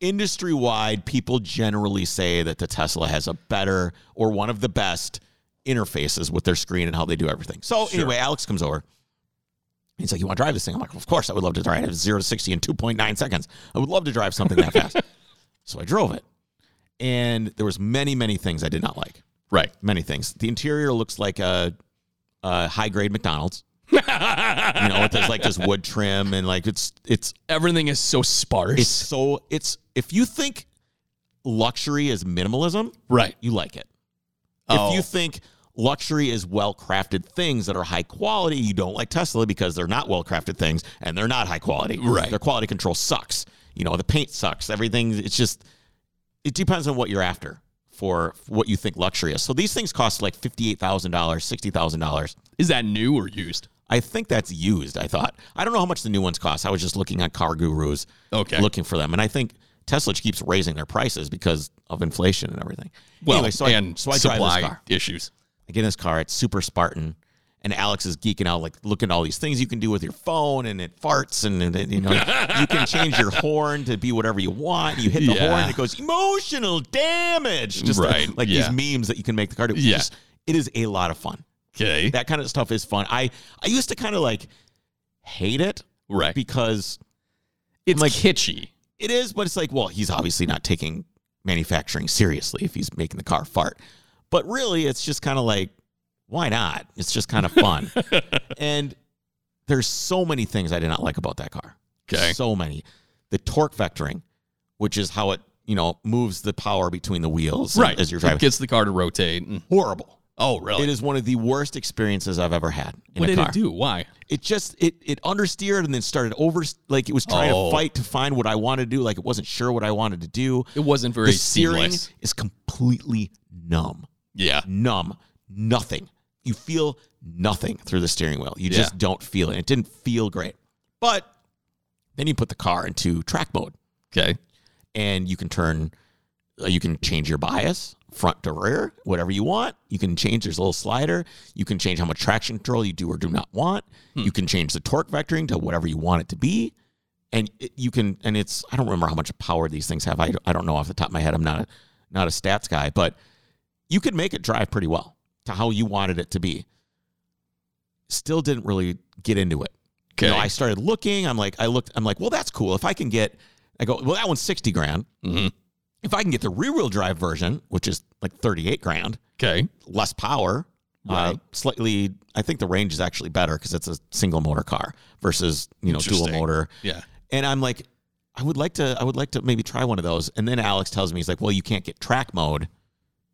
S1: industry wide, people generally say that the Tesla has a better or one of the best interfaces with their screen and how they do everything. So
S2: Sure.
S1: anyway, Alex comes over. He's like, "You want to drive this thing?" I'm like, "Of course, I would love to drive. I have zero to sixty in two point nine seconds. I would love to drive something that fast." so I drove it, and there was many, many things I did not like.
S2: Right.
S1: Many things. The interior looks like a, a high grade McDonald's. You know, with this like this wood trim and like it's it's
S2: Everything is so sparse.
S1: it's so it's if you think luxury is minimalism,
S2: right.
S1: you like it.
S2: Oh.
S1: If you think luxury is well crafted things that are high quality, you don't like Tesla because they're not well crafted things and they're not high quality.
S2: Right.
S1: Their quality control sucks. You know, the paint sucks. Everything it's just it depends on what you're after for what you think luxury is. So these things cost like fifty eight thousand dollars, sixty thousand dollars.
S2: Is that new or used?
S1: I think that's used. I thought I don't know how much the new ones cost. I was just looking at Car Gurus,
S2: Okay.
S1: looking for them, and I think Tesla keeps raising their prices because of inflation and everything.
S2: Well,
S1: anyway, so
S2: and
S1: I, so I drive
S2: supply
S1: this car.
S2: issues.
S1: I get in this car. It's super Spartan, and Alex is geeking out, like looking at all these things you can do with your phone, and it farts, and, and, and, you know you can change your horn to be whatever you want. You hit the
S2: Yeah.
S1: horn, and it goes emotional damage. Just
S2: Right,
S1: like
S2: yeah.
S1: these memes that you can make the car do.
S2: Yeah.
S1: Just- it is a lot of fun
S2: Okay.
S1: that kind of stuff is fun. I I used to kind of like hate it
S2: right.
S1: because
S2: It's
S1: like-
S2: kitschy.
S1: it is, but it's like, well, he's obviously not taking manufacturing seriously if he's making the car fart. But really, it's just kind of like, why not? It's just kind of fun. and there's so many things I did not like about that car.
S2: Okay.
S1: So many. The torque vectoring, which is how it, you know, moves the power between the wheels
S2: right.
S1: as you're
S2: It
S1: driving.
S2: gets the car to rotate. and-
S1: Horrible.
S2: oh, really?
S1: It is one of the worst experiences I've ever had in
S2: what
S1: a
S2: did
S1: car.
S2: it do? Why?
S1: it just it it understeered and then started over like it was trying
S2: Oh.
S1: to fight to find what I wanted to do like it wasn't sure what I wanted to do.
S2: It wasn't very
S1: The steering
S2: seamless.
S1: is completely numb.
S2: Yeah.
S1: Numb. Nothing. You feel nothing through the steering wheel. You
S2: Yeah.
S1: just don't feel it. It didn't feel great. But then you put the car into track mode
S2: Okay.
S1: and you can turn uh, you can change your bias front to rear whatever you want you can change there's a little slider you can change how much traction control you do or do not want you can change the torque vectoring to whatever you want it to be and it, you can and it's i don't remember how much power these things have I, I don't know off the top of my head i'm not a not a stats guy but you could make it drive pretty well to how you wanted it to be still didn't really get into it you know,
S2: Okay.
S1: I started looking. I'm like, I looked. I'm like, well, that's cool. If I can get, I go, well, that one's sixty grand.
S2: Mhm.
S1: If I can get the rear wheel drive version, which is like thirty eight grand,
S2: Okay.
S1: less power, uh,
S2: Right.
S1: slightly. I think the range is actually better because it's a single motor car versus you know dual
S2: Interesting.
S1: motor.
S2: Yeah.
S1: And I'm like, I would like to, I would like to maybe try one of those. And then Alex tells me, he's like, well, you can't get track mode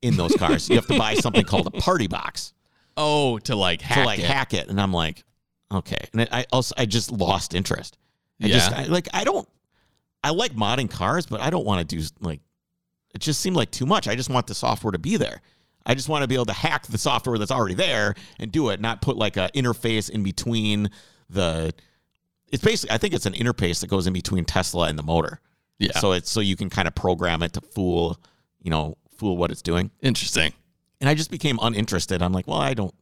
S1: in those cars. you have to buy something called a party box
S2: Oh, to like hack
S1: to like
S2: it.
S1: hack it, and I'm like, okay. And I- I also I just lost interest. I
S2: Yeah.
S1: just I, like I don't I like modding cars, but I don't want to do like it just seemed like too much. I just want the software to be there. I just want to be able to hack the software that's already there and do it, not put like a interface in between the it's basically I think it's an interface that goes in between Tesla and the motor.
S2: yeah.
S1: So it's so you can kind of program it to fool, you know, fool what it's doing
S2: Interesting.
S1: and I just became uninterested. I'm like, well, I don't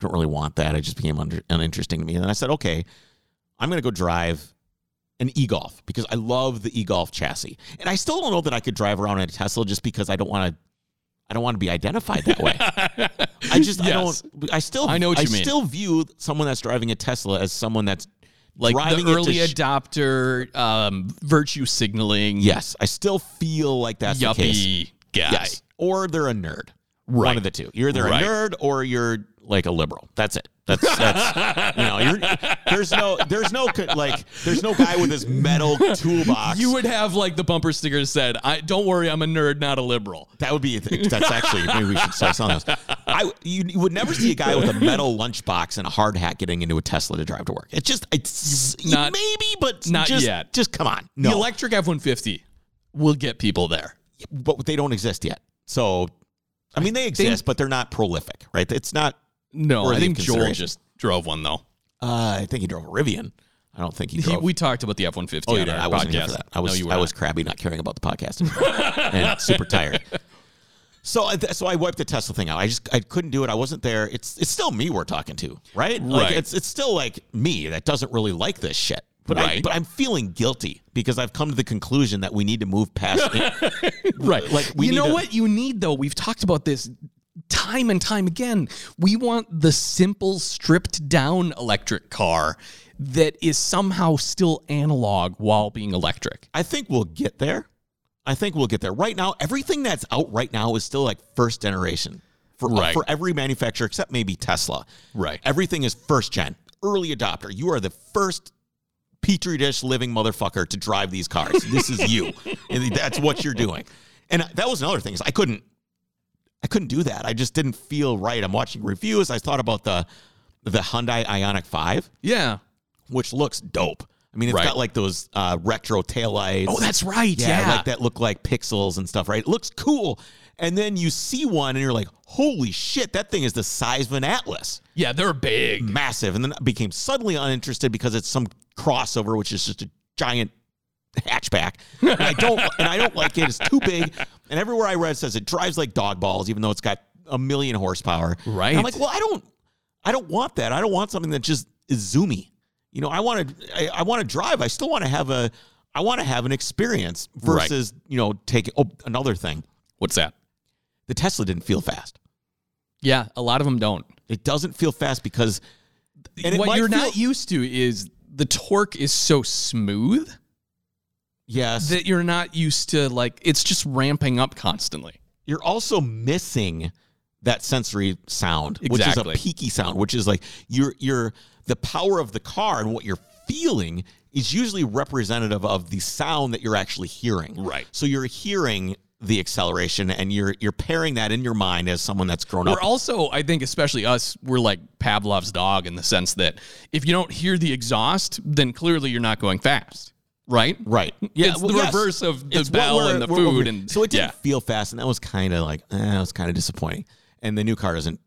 S1: don't really want that. I just became under, uninteresting to me. And then I said, okay, I'm gonna go drive an e-golf because I love the e-golf chassis, and I still don't know that I could drive around in a Tesla just because I don't want to. I don't want to be identified that way. I just I
S2: Yes.
S1: don't. I still
S2: I know what you mean.
S1: still view someone that's driving a Tesla as someone that's
S2: Like
S1: driving it
S2: the
S1: to
S2: early
S1: sh-
S2: adopter, um, virtue signaling,
S1: yes, I still feel like that's the case.
S2: yuppie guy.
S1: Yes. Or they're a nerd.
S2: Right.
S1: One of the two. You're either
S2: Right.
S1: a nerd or you're like a liberal. That's it. That's that's you know, you're, there's no there's no co- like there's no guy with his metal toolbox.
S2: You would have like the bumper sticker that said, "I don't worry, I'm a nerd, not a liberal."
S1: that would be that's actually maybe we should start selling those. I you, you would never see a guy with a metal lunchbox and a hard hat getting into a Tesla to drive to work. It just it's
S2: Not-
S1: maybe, but
S2: not
S1: just,
S2: yet.
S1: Just come on, no.
S2: The electric F one fifty will get people there.
S1: but they don't exist yet. So, I mean, they exist, but they're not prolific, right? It's not.
S2: No,
S1: Worthy
S2: I
S1: of
S2: think Joel
S1: consideration.
S2: just drove one though.
S1: Uh, I think he drove a Rivian. I don't think he
S2: He,
S1: drove.
S2: we talked about the F one fifty.
S1: oh,
S2: Oh,
S1: you did. I wasn't here for that. I was.
S2: you were
S1: I
S2: not.
S1: was crabby, not caring about the podcast, and super tired. So, I- so I wiped the Tesla thing out. I just I couldn't do it. I wasn't there. It's it's still me we're talking to, right? Like
S2: Right.
S1: it's it's still like me that doesn't really like this shit. But I,
S2: Right.
S1: but I'm feeling guilty because I've come to the conclusion that we need to move past.
S2: Right.
S1: Like, we
S2: you
S1: need
S2: know
S1: to-
S2: what you need though. We've talked about this time and time again. We want the simple, stripped down electric car that is somehow still analog while being electric.
S1: I think we'll get there. I think we'll get there. Right now, everything that's out right now is still like first generation for uh,
S2: Right.
S1: for every manufacturer except maybe Tesla.
S2: Right.
S1: Everything is first gen, early adopter. You are the first petri dish living motherfucker to drive these cars. This is you, and that's what you're doing. And that was another thing is I couldn't, I couldn't do that. I just didn't feel right. I'm watching reviews. I thought about the the Hyundai Ionic Five,
S2: Yeah.
S1: which looks dope. I mean, it's
S2: Right.
S1: got like those uh, retro taillights.
S2: Oh, that's right.
S1: Yeah,
S2: Yeah.
S1: like that look like pixels and stuff, right? It looks cool. And then you see one and you're like, holy shit, that thing is the size of an Atlas.
S2: Yeah, they're big.
S1: Massive. And then I became suddenly uninterested because it's some crossover, which is just a giant hatchback. And I don't and I don't like it. It's too big. And everywhere I read says it drives like dog balls, even though it's got a million horsepower.
S2: Right.
S1: And I'm like, well, I don't I don't want that. I don't want something that just is zoomy. You know, I want to I, I want to drive. I still want to have a I want to have an experience
S2: Right.
S1: versus, you know, taking oh another thing.
S2: What's that?
S1: The Tesla didn't feel fast.
S2: Yeah, a lot of them don't.
S1: It doesn't feel fast because and it
S2: what
S1: might
S2: you're
S1: feel-
S2: not used to is the torque is so smooth
S1: yes.
S2: that you're not used to like it's just ramping up constantly.
S1: you're also missing that sensory sound,
S2: Exactly.
S1: which is a peaky sound, which is like you're you're the power of the car and what you're feeling is usually representative of the sound that you're actually hearing.
S2: Right.
S1: So you're hearing the acceleration and you're you're pairing that in your mind as someone that's grown
S2: We're
S1: up.
S2: also, I think, especially us, we're like Pavlov's dog in the sense that if you don't hear the exhaust, then clearly you're not going fast, right?
S1: right.
S2: it's
S1: well,
S2: the
S1: yes.
S2: reverse of the
S1: It's what
S2: bell
S1: we're-
S2: and the
S1: we're- we're-
S2: food, and
S1: so it didn't
S2: yeah,
S1: feel fast, and that was kind of like eh, that was kind of disappointing. And the new car doesn't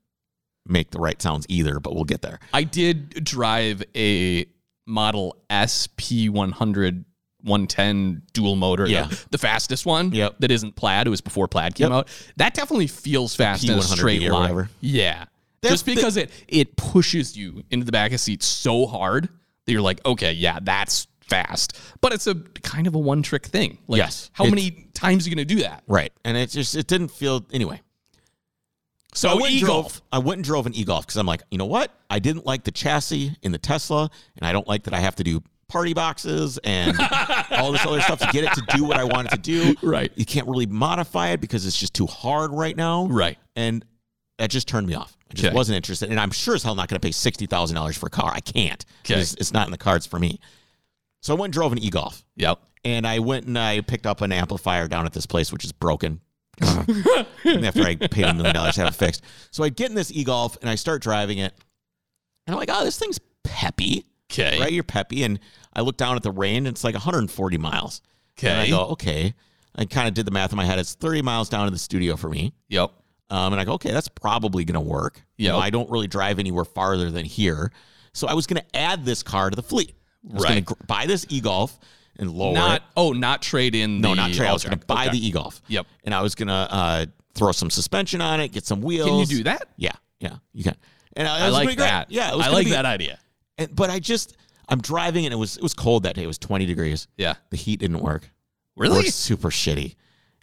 S1: make the right sounds either, but we'll get there.
S2: I did drive a Model S P100 110 dual motor,
S1: Yeah.
S2: the, the fastest one.
S1: Yep.
S2: that isn't plaid. It was before plaid came
S1: Yep.
S2: out. That definitely feels fast in a
S1: P100D
S2: straight
S1: or
S2: line.
S1: whatever.
S2: Yeah,
S1: That's
S2: just because it it pushes you into the back of seat so hard that you're like, okay, yeah, that's fast. But it's a kind of a one trick thing. Like,
S1: Yes.
S2: how
S1: It's-
S2: many times are you gonna do that?
S1: Right. And it just it didn't feel anyway.
S2: So
S1: I went and
S2: e-golf.
S1: drove. I went and drove an e-golf because I'm like, you know what? I didn't like the chassis in the Tesla, and I don't like that I have to do party boxes and all this other stuff to get it to do what I want it to do.
S2: Right.
S1: You can't really modify it because it's just too hard right now.
S2: Right.
S1: And that just turned me off. I just
S2: Okay.
S1: wasn't interested. And I'm sure as hell not going to pay sixty thousand dollars for a car. I can't.
S2: Okay.
S1: It's, it's not in the cards for me. So I went and drove an e-golf
S2: Yep.
S1: and I went and I picked up an amplifier down at this place, which is broken.
S2: Uh-huh.
S1: and after I paid a million dollars to have it fixed, so I get in this e golf and I start driving it, and I'm like, "Oh, this thing's peppy,
S2: Okay.
S1: right? You're peppy." And I look down at the range, and it's like 140 miles. and I
S2: Okay.
S1: go, "Okay." I kind of did the math in my head. It's 30 miles down to the studio for me,
S2: Yep.
S1: um, and I go, "Okay, that's probably gonna work." You know,
S2: Yep.
S1: I don't really drive anywhere farther than here, so I was gonna add this car to the fleet. I was
S2: Right.
S1: gonna gr- buy this e golf and lower it.
S2: Not oh, not trade in.
S1: No,
S2: the
S1: not trail. I was going to
S2: Alltrack.
S1: buy
S2: Okay.
S1: the e-golf.
S2: Yep.
S1: And I was going to uh, throw some suspension on it, get some wheels.
S2: Can you do that?
S1: Yeah, yeah, you can. And I,
S2: I like
S1: pretty great.
S2: that.
S1: Yeah, it was
S2: I
S1: gonna
S2: like
S1: be-
S2: that idea.
S1: And, but I just, I'm driving, and it was it was cold that day. It was 20 degrees.
S2: Yeah.
S1: The heat didn't work.
S2: Really?
S1: Worked super shitty.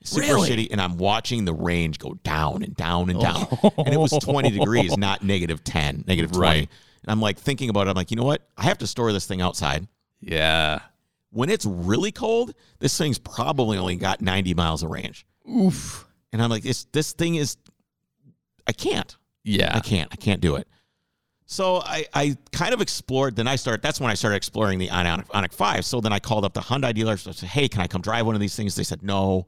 S1: Super
S2: Really?
S1: shitty. And I'm watching the range go down and down and down. And it was 20 degrees, not negative 10, negative 20.
S2: Right.
S1: And I'm like thinking about it. I'm like, you know what? I have to store this thing outside.
S2: Yeah.
S1: When it's really cold, this thing's probably only got 90 miles of range.
S2: Oof.
S1: And I'm like, this this thing is I can't. I
S2: Yeah.
S1: can't. I can't do it. So I, I kind of explored. Then I start. That's when I started exploring the Ionic, Ionic Five. So then I called up the Hyundai dealers. I said, "Hey, can I come drive one of these things?" They said, "No,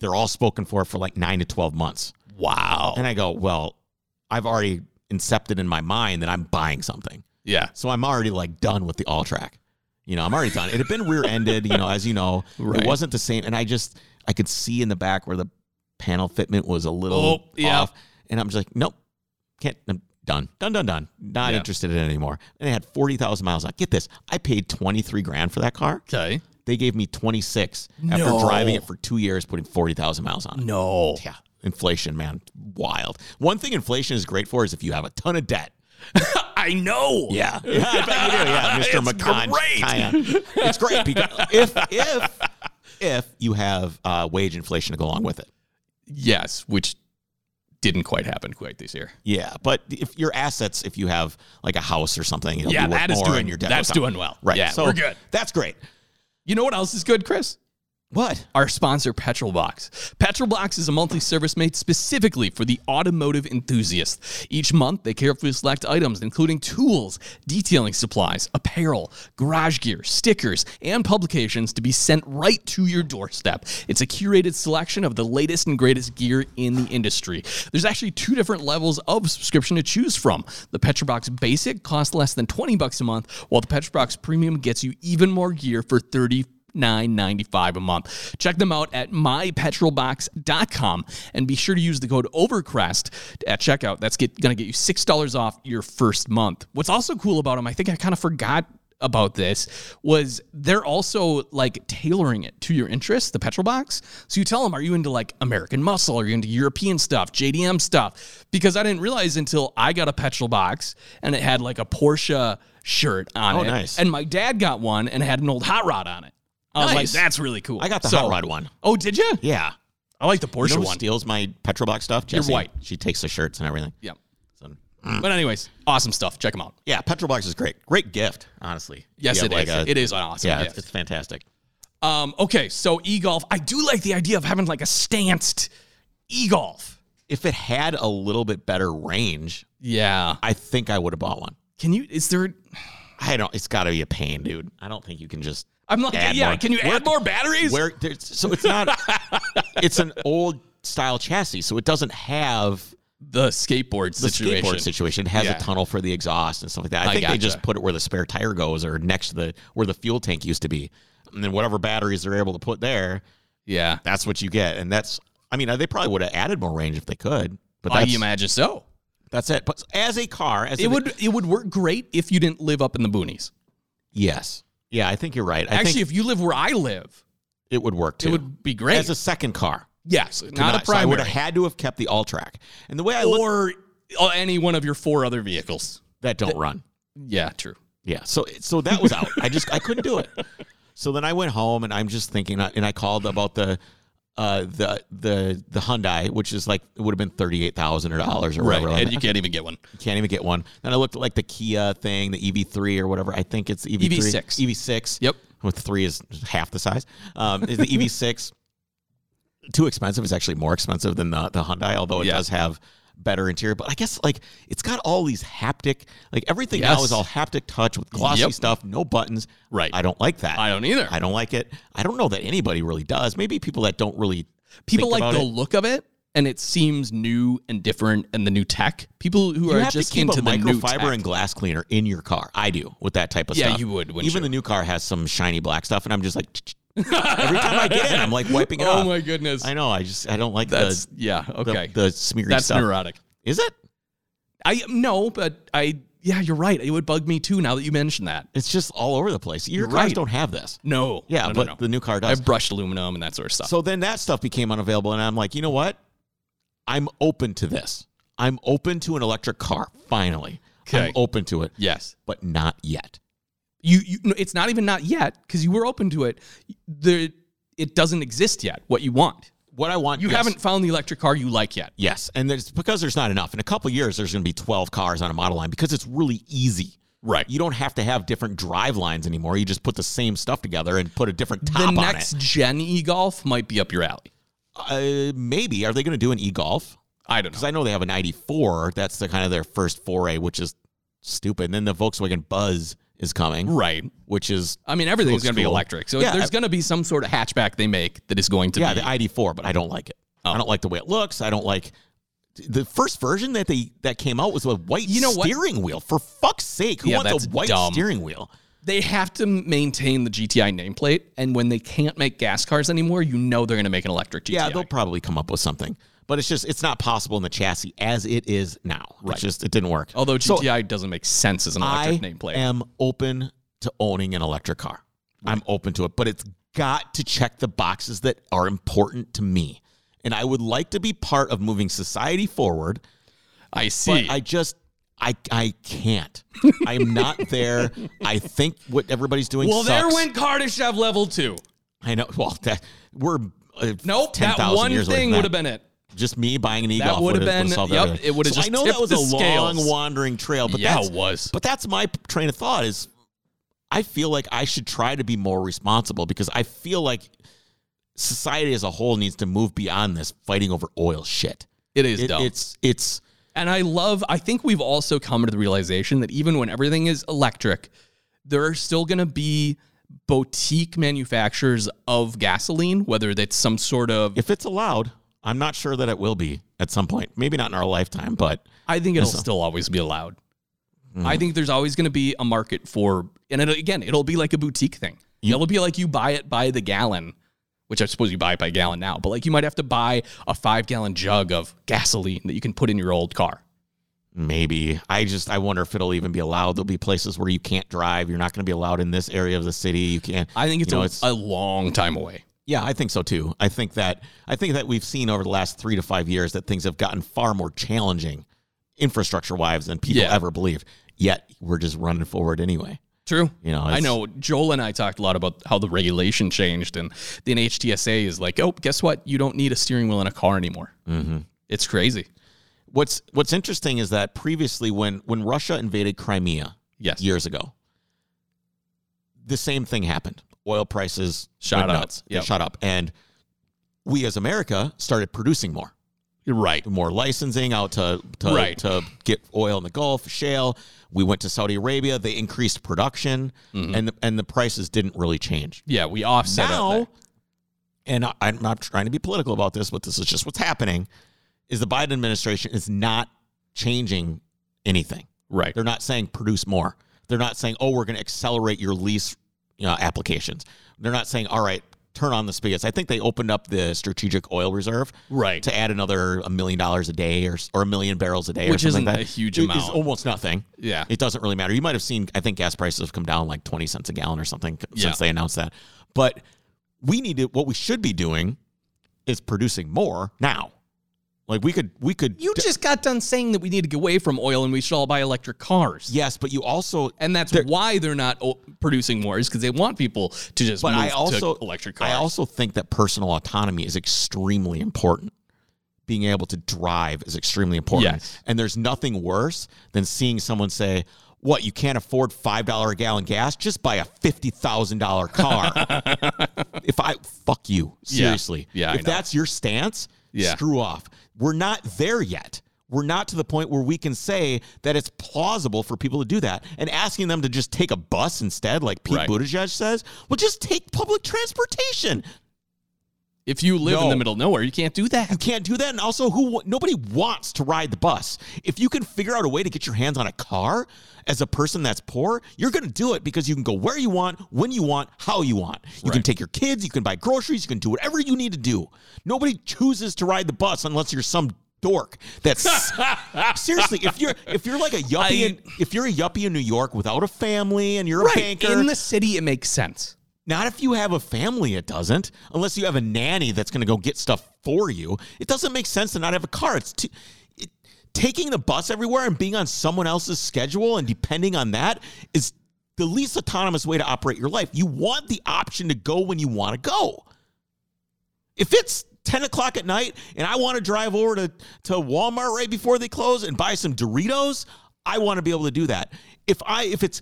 S1: they're all spoken for for like nine to twelve months."
S2: Wow.
S1: And I go, "Well, I've already incepted in my mind that I'm buying something,
S2: Yeah.
S1: so I'm already like done with the all track. You know, I'm already done. It had been rear ended. You know, as you know,
S2: Right.
S1: it wasn't the same. And I just I could see in the back where the panel fitment was a little
S2: Oh, yeah.
S1: off, and I'm just like, nope, can't. I'm done, done, done, done. Not
S2: Yeah.
S1: interested in it anymore. And it had forty thousand miles. on it. get this, I paid twenty three grand for that car.
S2: Okay.
S1: They gave me twenty six after
S2: No.
S1: driving it for two years, putting forty thousand miles on it.
S2: No.
S1: Yeah, inflation, man, wild. One thing inflation is great for is if you have a ton of debt.
S2: I know.
S1: Yeah, yeah, I bet you do. Yeah, Mr.
S2: It's
S1: McCon.
S2: great.
S1: Kaya. It's great because if if if you have uh, wage inflation to go along with it.
S2: Yes, which didn't quite happen quite this year.
S1: Yeah, but if your assets, if you have like a house or something, it'll
S2: Yeah,
S1: be worth
S2: that is
S1: more
S2: doing-
S1: and your debt.
S2: that's
S1: or something.
S2: doing well.
S1: Right.
S2: Yeah,
S1: so
S2: we're good.
S1: That's great.
S2: You know what else is good, Chris?
S1: What?
S2: Our sponsor, Petrolbox. Petrolbox is a monthly service made specifically for the automotive enthusiast. Each month, they carefully select items including tools, detailing supplies, apparel, garage gear, stickers, and publications to be sent right to your doorstep. It's a curated selection of the latest and greatest gear in the industry. There's actually two different levels of subscription to choose from. The Petrolbox Basic costs less than 20 bucks a month, while the Petrolbox Premium gets you even more gear for 30 Nine ninety five a month. Check them out at mypetrolbox.com and be sure to use the code OVERCREST at checkout. That's get, gonna get you $6 off your first month. What's also cool about them, I think I kind of forgot about this, was they're also like tailoring it to your interests, the Petrol Box. So you tell them, are you into like American muscle? Are you into European stuff, JDM stuff? Because I didn't realize until I got a Petrol Box and it had like a Porsche shirt on
S1: Oh,
S2: it.
S1: nice.
S2: And my dad got one and it had an old hot rod on it. I was
S1: Nice.
S2: like, that's really cool.
S1: I got the
S2: So-
S1: hot rod one.
S2: Oh, did you?
S1: Yeah.
S2: I like the Porsche
S1: You know who
S2: one.
S1: steals my Petroblock stuff? Jessie.
S2: white.
S1: She takes the shirts and everything.
S2: Yeah.
S1: So,
S2: But anyways, awesome stuff. Check them out.
S1: yeah, Petroblox is great. Great gift, honestly.
S2: Yes,
S1: You
S2: it
S1: have
S2: is.
S1: like a-
S2: it is an awesome.
S1: yeah,
S2: Yeah.
S1: it's, it's fantastic.
S2: Um, okay, so e-golf. I do like the idea of having like a stanced e-golf.
S1: If it had a little bit better range,
S2: Yeah.
S1: I think I would have bought one.
S2: Can you is there
S1: I don't. It's got to be a pain, dude. I don't think you can just
S2: I'm like,
S1: Add
S2: yeah,
S1: more.
S2: can you add more batteries?
S1: where. there's- So it's not. it's an old style chassis, so it doesn't have
S2: the skateboard
S1: the
S2: situation.
S1: skateboard situation. It has
S2: Yeah.
S1: a tunnel for the exhaust and stuff like that. I,
S2: I
S1: think they
S2: gotcha.
S1: just put it where the spare tire goes, or next to the where the fuel tank used to be, and then whatever batteries they're able to put there,
S2: Yeah.
S1: that's what you get. And that's. I mean, they probably would have added more range if they could, but
S2: I
S1: that's,
S2: imagine so.
S1: that's it. But as a car, as
S2: Oh, It
S1: a,
S2: would it would work great if you didn't live up in the boonies.
S1: yes, yeah, I think you're right. I
S2: Actually,
S1: think
S2: if you live where I live,
S1: it would work too.
S2: it would be great.
S1: as a second car.
S2: yes, not a
S1: So I would
S2: primary
S1: have had to have kept the all track. And the way I look,
S2: or or any one of your four other vehicles.
S1: that don't run.
S2: Yeah, true.
S1: Yeah. So so that was out. I just I couldn't do it. So then I went home and I'm just thinking and I called about the uh the the the Hyundai, which is like it would have been thirty eight thousand dollars or
S2: Right.
S1: whatever. Like,
S2: and you can't even get one.
S1: can't even get one. Then I looked at like the Kia thing, the EV three or whatever. I think it's E EV
S2: EV6.
S1: EV six.
S2: E Yep.
S1: With three is half the size. Um, is the EV six too expensive? It's actually more expensive than the the Hyundai, although it
S2: Yeah.
S1: does have better interior. But I guess like it's got all these haptic, like everything now
S2: Yes.
S1: is all haptic touch with glossy
S2: Yep.
S1: stuff, no buttons.
S2: Right.
S1: I don't like that.
S2: I don't either.
S1: I don't like it. I don't know that anybody really does. Maybe people that don't really
S2: People
S1: think about
S2: like the
S1: it.
S2: look of it, and it seems new and different, and the new tech. People who
S1: You
S2: are
S1: have
S2: just
S1: to keep
S2: into
S1: a
S2: the new
S1: microfiber
S2: tech.
S1: and glass cleaner in your car. I do with that type of
S2: Yeah,
S1: stuff.
S2: you would, wouldn't
S1: Even
S2: you?
S1: the new car has some shiny black stuff, and I'm just like, every time I get in, I'm like wiping it
S2: oh
S1: off.
S2: my goodness,
S1: I know. I just I don't like
S2: that's
S1: the,
S2: yeah
S1: the
S2: okay.
S1: the smeary
S2: that's
S1: stuff.
S2: neurotic.
S1: Is it?
S2: I no, but I yeah, you're right. It would bug me too now that you mentioned that.
S1: It's just all over the place. Your
S2: You're
S1: cars
S2: right.
S1: don't have this.
S2: No,
S1: Yeah,
S2: no, no,
S1: but
S2: no.
S1: the new car does.
S2: I've brushed aluminum and that sort of stuff.
S1: So then that stuff became unavailable, and I'm like, you know what? I'm open to this. I'm open to an electric car. Finally,
S2: Okay.
S1: I'm open to it,
S2: yes,
S1: but not yet.
S2: you, you no, it's not even not yet because you were open to it. The it doesn't exist yet. What you want,
S1: What I want
S2: you
S1: yes.
S2: haven't found the electric car you like yet.
S1: Yes, and there's because there's not enough. In a couple of years, there's going to be 12 cars on a model line because it's really easy.
S2: Right.
S1: You don't have to have different drive lines anymore. You just put the same stuff together and put a different top
S2: the
S1: on
S2: next
S1: it.
S2: gen e golf might be up your alley.
S1: Uh, maybe are they going to do an e golf?
S2: I don't
S1: Because
S2: know.
S1: I know they have a 94. That's the kind of their first foray, which is stupid. And then the Volkswagen Buzz is coming,
S2: right.
S1: which is uh,
S2: I mean,
S1: Looks
S2: everything's going to be
S1: cool.
S2: electric. So
S1: Yeah,
S2: there's
S1: I-
S2: going to be some sort of hatchback they make that is going to
S1: yeah Oh.
S2: be.
S1: the ID4. But I don't like it. I don't like the way it looks. I don't like the first version that they that came out was a white
S2: You know what?
S1: steering wheel. For fuck's sake, who
S2: Yeah,
S1: wants
S2: that's
S1: a white
S2: dumb.
S1: steering wheel?
S2: They have to maintain the GTI nameplate, and when they can't make gas cars anymore, you know they're going to make an electric GTI.
S1: Yeah, they'll probably come up with something, but it's just it's not possible in the chassis as it is now. Right. It's just it didn't work.
S2: Although
S1: So,
S2: GTI doesn't make sense as an
S1: I
S2: electric nameplate.
S1: am open to owning an electric car. I'm open to it, but it's got to check the boxes that are important to me. And I would like to be part of moving society forward,
S2: I
S1: but
S2: see.
S1: I just I I can't. I'm not there. I think what everybody's doing
S2: well, there
S1: sucks.
S2: went Kardashev level two.
S1: I know. Well, that, we're uh,
S2: Nope,
S1: ten
S2: that
S1: thousand
S2: one
S1: years away from
S2: thing
S1: that.
S2: would have been it.
S1: just me buying an e
S2: That would've been- yep, it would've
S1: I
S2: just
S1: know
S2: tipped
S1: that was
S2: the
S1: a long
S2: scales.
S1: wandering trail, but
S2: yeah,
S1: that's
S2: it was.
S1: but that's my p- train of thought is I feel like I should try to be more responsible because I feel like society as a whole needs to move beyond this fighting over oil shit.
S2: It is
S1: It-
S2: dumb.
S1: it's it's
S2: And I love, I think we've also come to the realization that even when everything is electric, there are still going to be boutique manufacturers of gasoline, whether that's some sort of,
S1: if it's allowed, I'm not sure that it will be at some point. Maybe not in our lifetime, but
S2: I think it'll still always be allowed.
S1: Mm-hmm.
S2: I think there's always going to be a market for, and it, again, it'll be like a boutique thing. it'll be like you buy it by the gallon, which I suppose you buy it by gallon now, but like you might have to buy a five gallon jug of gasoline that you can put in your old car.
S1: maybe I just I wonder if it'll even be allowed. There'll be places where you can't drive. You're not going to be allowed in this area of the city. You can't.
S2: I think it's,
S1: You know,
S2: a,
S1: it's-
S2: a long time away.
S1: Yeah, I think so too. I think that I think that we've seen over the last three to five years that things have gotten far more challenging infrastructure wise than people
S2: Yeah.
S1: ever believed. Yet we're just running forward anyway.
S2: True.
S1: You know,
S2: I
S1: it's-
S2: know Joel and I talked a lot about how the regulation changed, and the NHTSA is like, oh, guess what? You don't need a steering wheel in a car anymore. Mm-hmm. It's crazy.
S1: What's what's interesting is that previously when when Russia invaded Crimea
S2: Yes.
S1: years ago, the same thing happened. Oil prices
S2: Shot
S1: went
S2: up.
S1: nuts. They
S2: Yep.
S1: Shot up. And we as America started producing more.
S2: You're right.
S1: more licensing out to to,
S2: Right.
S1: to get oil in the Gulf shale. We went to Saudi Arabia. They increased production, and the, and the prices didn't really change.
S2: Yeah, we offset out
S1: now,
S2: there.
S1: and I, I'm not trying to be political about this, but this is just what's happening: is the Biden administration is not changing anything.
S2: Right.
S1: They're not saying produce more. They're not saying, oh, we're going to accelerate your lease you know, applications. They're not saying, all right, turn on the spigots. I think they opened up the strategic oil reserve
S2: Right.
S1: to add another a million dollars a day or or a million barrels a day,
S2: Which
S1: or something
S2: isn't
S1: like that.
S2: a huge
S1: It is
S2: amount.
S1: almost nothing.
S2: Yeah.
S1: It doesn't really matter. You might have seen. I think gas prices have come down like twenty cents a gallon or something
S2: Yeah.
S1: since they announced that. But we need to. What we should be doing is producing more now. Like we could, we could.
S2: You just got done saying that we need to get away from oil and we should all buy electric cars.
S1: yes, but you also
S2: And that's why they're not o- producing more is because they want people to just
S1: But
S2: move
S1: I also
S2: to electric cars.
S1: I also think that personal autonomy is extremely important. Being able to drive is extremely important.
S2: Yes.
S1: And there's nothing worse than seeing someone say, "What you can't afford five dollar a gallon gas? Just buy a fifty thousand dollar car." if I fuck you
S2: Yeah.
S1: seriously,
S2: Yeah, I
S1: if
S2: know.
S1: that's your stance,
S2: Yeah.
S1: screw off. We're not there yet. We're not to the point where we can say that it's plausible for people to do that. And asking them to just take a bus instead, like Pete
S2: Right.
S1: Buttigieg says, well, just take public transportation.
S2: if you live in
S1: No.
S2: the middle of nowhere, you can't do that.
S1: You can't do that. And also, who wa- nobody wants to ride the bus. If you can figure out a way to get your hands on a car as a person that's poor, you're going to do it because you can go where you want, when you want, how you want. You can
S2: Right.
S1: take your kids, you can buy groceries, you can do whatever you need to do. Nobody chooses to ride the bus unless you're some dork that's seriously if you're if you're like a yuppie
S2: I-
S1: in, if you're a yuppie in new york without a family and you're a banker
S2: In the city, it makes sense.
S1: not if you have a family, it doesn't. Unless you have a nanny that's going to go get stuff for you. It doesn't make sense to not have a car. It's too, it, taking the bus everywhere and being on someone else's schedule and depending on that is the least autonomous way to operate your life. You want the option to go when you want to go. If it's 10 o'clock at night and I want to drive over to, to Walmart right before they close and buy some Doritos, I want to be able to do that. If I if it's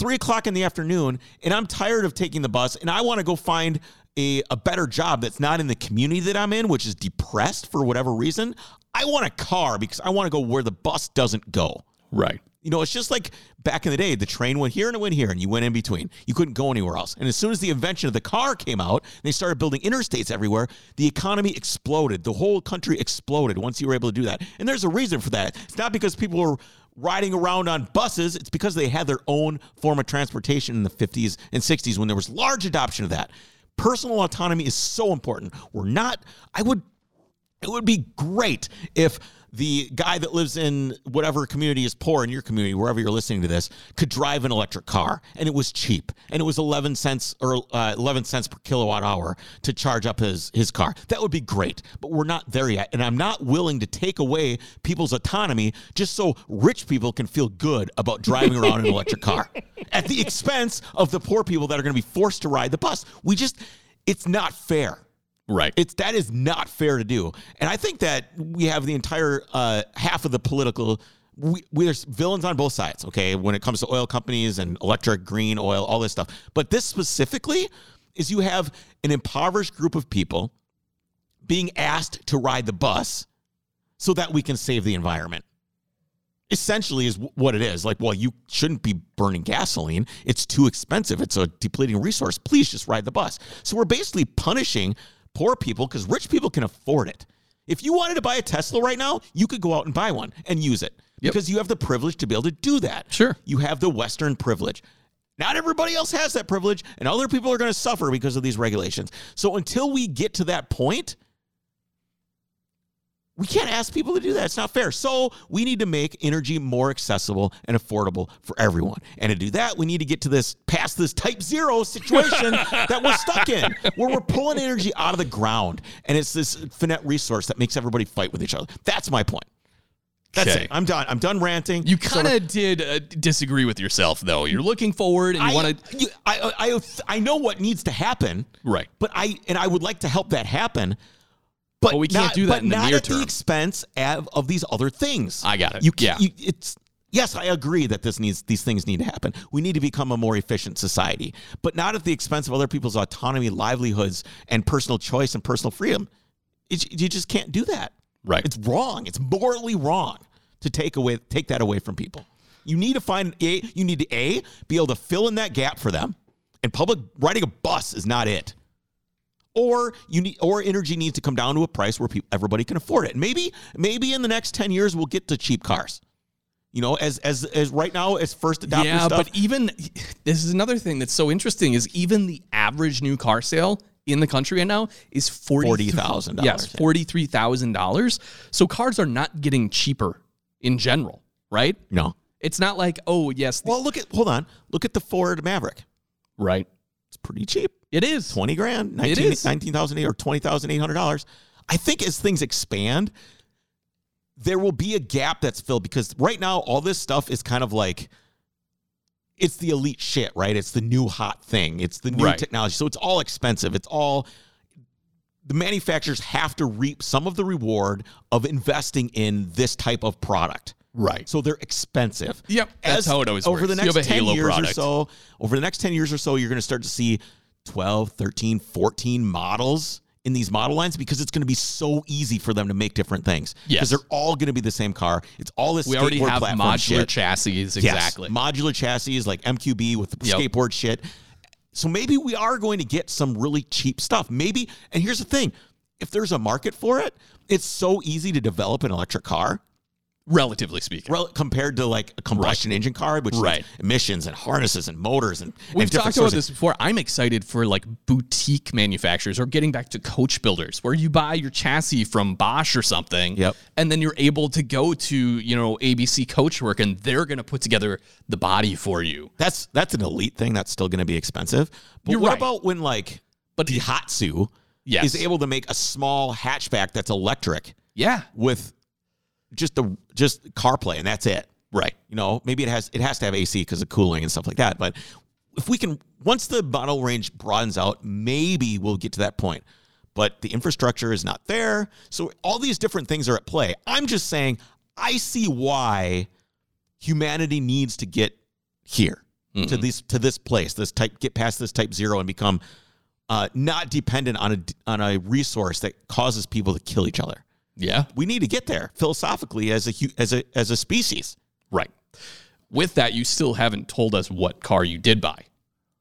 S1: three o'clock in the afternoon and I'm tired of taking the bus and I want to go find a, a better job that's not in the community that I'm in, which is depressed for whatever reason, I want a car because I want to go where the bus doesn't go.
S2: Right.
S1: You know, it's just like back in the day, the train went here and it went here, and you went in between. You couldn't go anywhere else. And as soon as the invention of the car came out, and they started building interstates everywhere, the economy exploded. The whole country exploded once you were able to do that. And there's a reason for that. It's not because people were riding around on buses. It's because they had their own form of transportation in the 50s and 60s when there was large adoption of that. Personal autonomy is so important. We're not, I would, it would be great if the guy that lives in whatever community is poor in your community, wherever you're listening to this, could drive an electric car and it was cheap and it was 11 cents or uh, 11 cents per kilowatt hour to charge up his, his car. That would be great, but we're not there yet. And I'm not willing to take away people's autonomy just so rich people can feel good about driving around an electric car at the expense of the poor people that are going to be forced to ride the bus. We just, it's not fair.
S2: Right.
S1: It's that is not fair to do, and I think that we have the entire uh, half of the political. We, we, there's villains on both sides, okay? When it comes to oil companies and electric, green oil, all this stuff. But this specifically is you have an impoverished group of people being asked to ride the bus so that we can save the environment. Essentially, is wh- what it is. Like, well, you shouldn't be burning gasoline. It's too expensive. It's a depleting resource. Please just ride the bus. So we're basically punishing poor people because rich people can afford it. If you wanted to buy a Tesla right now, you could go out and buy one and use it
S2: Yep.
S1: because you have the privilege to be able to do that.
S2: Sure.
S1: You have the Western privilege. Not everybody else has that privilege, and other people are going to suffer because of these regulations. So until we get to that point, we can't ask people to do that. It's not fair. So we need to make energy more accessible and affordable for everyone. And to do that, we need to get to this past this type zero situation that we're stuck in, where we're pulling energy out of the ground, and it's this finite resource that makes everybody fight with each other. That's my point. That's
S2: Okay.
S1: it. I'm done. I'm done ranting.
S2: You kind of did uh, disagree with yourself, though. You're looking forward and you want to.
S1: to. I, I I know what needs to happen.
S2: Right.
S1: But I and I would like to help that happen. But,
S2: But we can't
S1: not-
S2: do that
S1: but
S2: in the
S1: not
S2: near
S1: at
S2: term.
S1: the expense of, of these other things.
S2: I got it.
S1: You can't.
S2: Yeah.
S1: You, it's yes, I agree that this needs these things need to happen. We need to become a more efficient society, but not at the expense of other people's autonomy, livelihoods, and personal choice and personal freedom. It, you just can't do that.
S2: Right.
S1: It's wrong. It's morally wrong to take away take that away from people. You need to find a. You need to a be able to fill in that gap for them. And public riding a bus is not it or you need or energy needs to come down to a price where people, everybody can afford it. Maybe maybe in the next 10 years we'll get to cheap cars. You know, as as as right now as first adopter
S2: Yeah,
S1: stuff.
S2: but even this is another thing that's so interesting is even the average new car sale in the country right now is forty
S1: $40,000,
S2: Yes,
S1: yeah.
S2: forty three thousand dollars. So cars are not getting cheaper in general, right?
S1: no.
S2: It's not like oh yes, the-
S1: Well, look at hold on. Look at the Ford Maverick.
S2: right.
S1: It's pretty cheap.
S2: It is
S1: 20 grand,
S2: It
S1: 19
S2: is.
S1: 19,800 or 20,800 dollars. I think as things expand, there will be a gap that's filled because right now all this stuff is kind of like it's the elite shit, right? It's the new hot thing. It's the new
S2: Right.
S1: technology. So it's all expensive. It's all the manufacturers have to reap some of the reward of investing in this type of product.
S2: right.
S1: So they're expensive.
S2: Yep, that's how it always
S1: over
S2: works.
S1: the
S2: You
S1: next
S2: have a
S1: 10
S2: halo
S1: years or
S2: product.
S1: so, over the next 10 years or so, you're going to start to see 12, 13, 14 models in these model lines because it's going to be so easy for them to make different things.
S2: Yes.
S1: Because they're all going to be the same car. It's all this
S2: We already
S1: skateboard
S2: have
S1: platform
S2: modular
S1: shit.
S2: chassis
S1: Yes,
S2: exactly.
S1: modular chassis like MQB with the
S2: Yep.
S1: skateboard shit. So maybe we are going to get some really cheap stuff. Maybe, and here's the thing if there's a market for it, it's so easy to develop an electric car
S2: Relatively speaking,
S1: rel- compared to like a combustion engine car, which right.
S2: Right.
S1: emissions and harnesses and motors and
S2: We've
S1: and different
S2: talked about
S1: sorts of-
S2: this before. I'm excited for like boutique manufacturers or getting back to coach builders where you buy your chassis from Bosch or something.
S1: Yep.
S2: And then you're able to go to, you know, ABC Coachwork and they're going to put together the body for you.
S1: That's that's an elite thing. That's still going to be expensive. But
S2: You're
S1: what
S2: right.
S1: about when like
S2: But
S1: Daihatsu
S2: Yes.
S1: is able to make a small hatchback that's electric
S2: yeah.
S1: with just the just CarPlay and that's it.
S2: Right.
S1: You know, maybe it has it has to have AC because of cooling and stuff like that. But if we can, once the model range broadens out, maybe we'll get to that point. But the infrastructure is not there, so all these different things are at play. I'm just saying, I see why humanity needs to get here to this to this place, this type, get past this type zero and become uh, not dependent on a on a resource that causes people to kill each other.
S2: Yeah.
S1: We need to get there philosophically as a hu- as a as a species.
S2: Right. With that, you still haven't told us what car you did buy.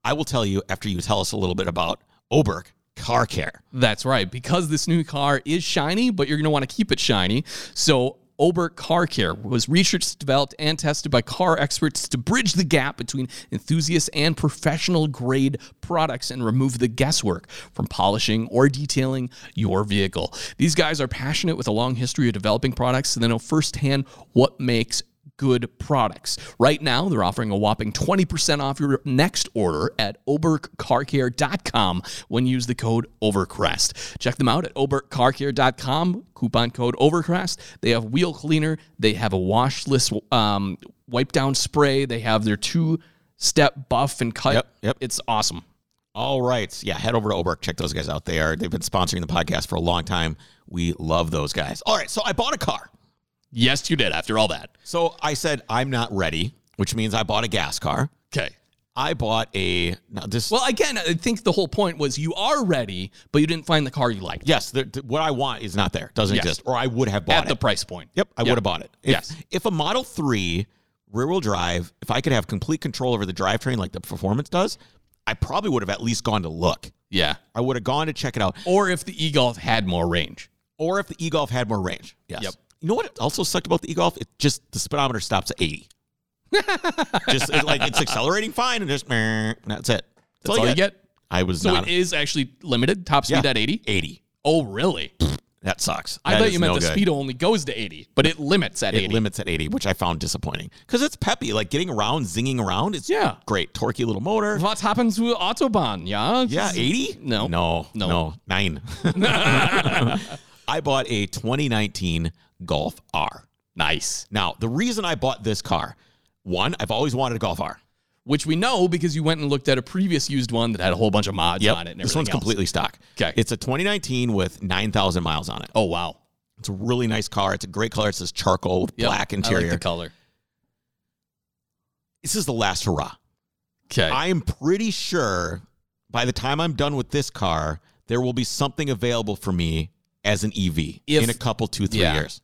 S1: I will tell you after you tell us a little bit about Oberg Car Care.
S2: That's right, because this new car is shiny, but you're going to want to keep it shiny. So, Ober Car Care was researched, developed, and tested by car experts to bridge the gap between enthusiasts and professional grade products and remove the guesswork from polishing or detailing your vehicle. These guys are passionate with a long history of developing products, and they know firsthand what makes good products. Right now, they're offering a whopping 20% off your next order at oberkcarcare.com when you use the code OVERCREST. Check them out at oberkcarcare.com, coupon code OVERCREST. They have wheel cleaner, they have a washless um, wipe down spray, they have their two step buff and cut.
S1: Yep, yep.
S2: It's awesome.
S1: All right. Yeah, head over to Oberk. Check those guys out. They are they've been sponsoring the podcast for a long time. We love those guys. All right, so I bought a car.
S2: Yes, you did after all that.
S1: So I said I'm not ready, which means I bought a gas car.
S2: Okay.
S1: I bought a now this
S2: Well, again, I think the whole point was you are ready, but you didn't find the car you liked
S1: yes, the, the- what I want is not there. Doesn't
S2: Yes.
S1: exist or I would have bought
S2: at
S1: it.
S2: the price point.
S1: Yep, I
S2: Yeah.
S1: would have bought it. If,
S2: Yes.
S1: If a Model 3 rear wheel drive, if I could have complete control over the drivetrain like the performance does, I probably would have at least gone to look.
S2: Yeah.
S1: I would have gone to check it out.
S2: or if the e-golf had more range.
S1: Or if the e Golf had more range. Yes.
S2: Yep.
S1: You know what also sucked about the e Golf? It just, the speedometer stops at 80. just it's like it's accelerating fine and just, meh, and that's it.
S2: That's all you get.
S1: I was
S2: So
S1: not
S2: it is actually limited top speed
S1: Yeah.
S2: at 80.
S1: 80.
S2: Oh, really?
S1: That sucks.
S2: I
S1: That
S2: thought
S1: is
S2: you meant
S1: no
S2: the
S1: good.
S2: speed only goes to 80, but it limits at
S1: It
S2: 80.
S1: limits at 80, which I found disappointing because it's peppy. Like getting around, zinging around, it's
S2: Yeah.
S1: great. Torquey little motor.
S2: what happens to autobahn? Yeah.
S1: Yeah, 80?
S2: No.
S1: No.
S2: No.
S1: No. Nine. I bought a 2019 Golf R.
S2: Nice.
S1: Now, the reason I bought this car, one, I've always wanted a Golf R.
S2: Which we know because you went and looked at a previous used one that had a whole bunch of mods on it. And
S1: This one's
S2: everything else.
S1: completely stock.
S2: Okay.
S1: It's a 2019 with 9,000 miles on it.
S2: Oh wow.
S1: It's a really nice car. It's a great color. It says charcoal with
S2: Yep.
S1: black
S2: I
S1: interior.
S2: like the color.
S1: this is the last hurrah.
S2: Okay.
S1: I am pretty sure by the time I'm done with this car, there will be something available for me as an EV
S2: If-
S1: in a couple, two, three
S2: Yeah.
S1: years.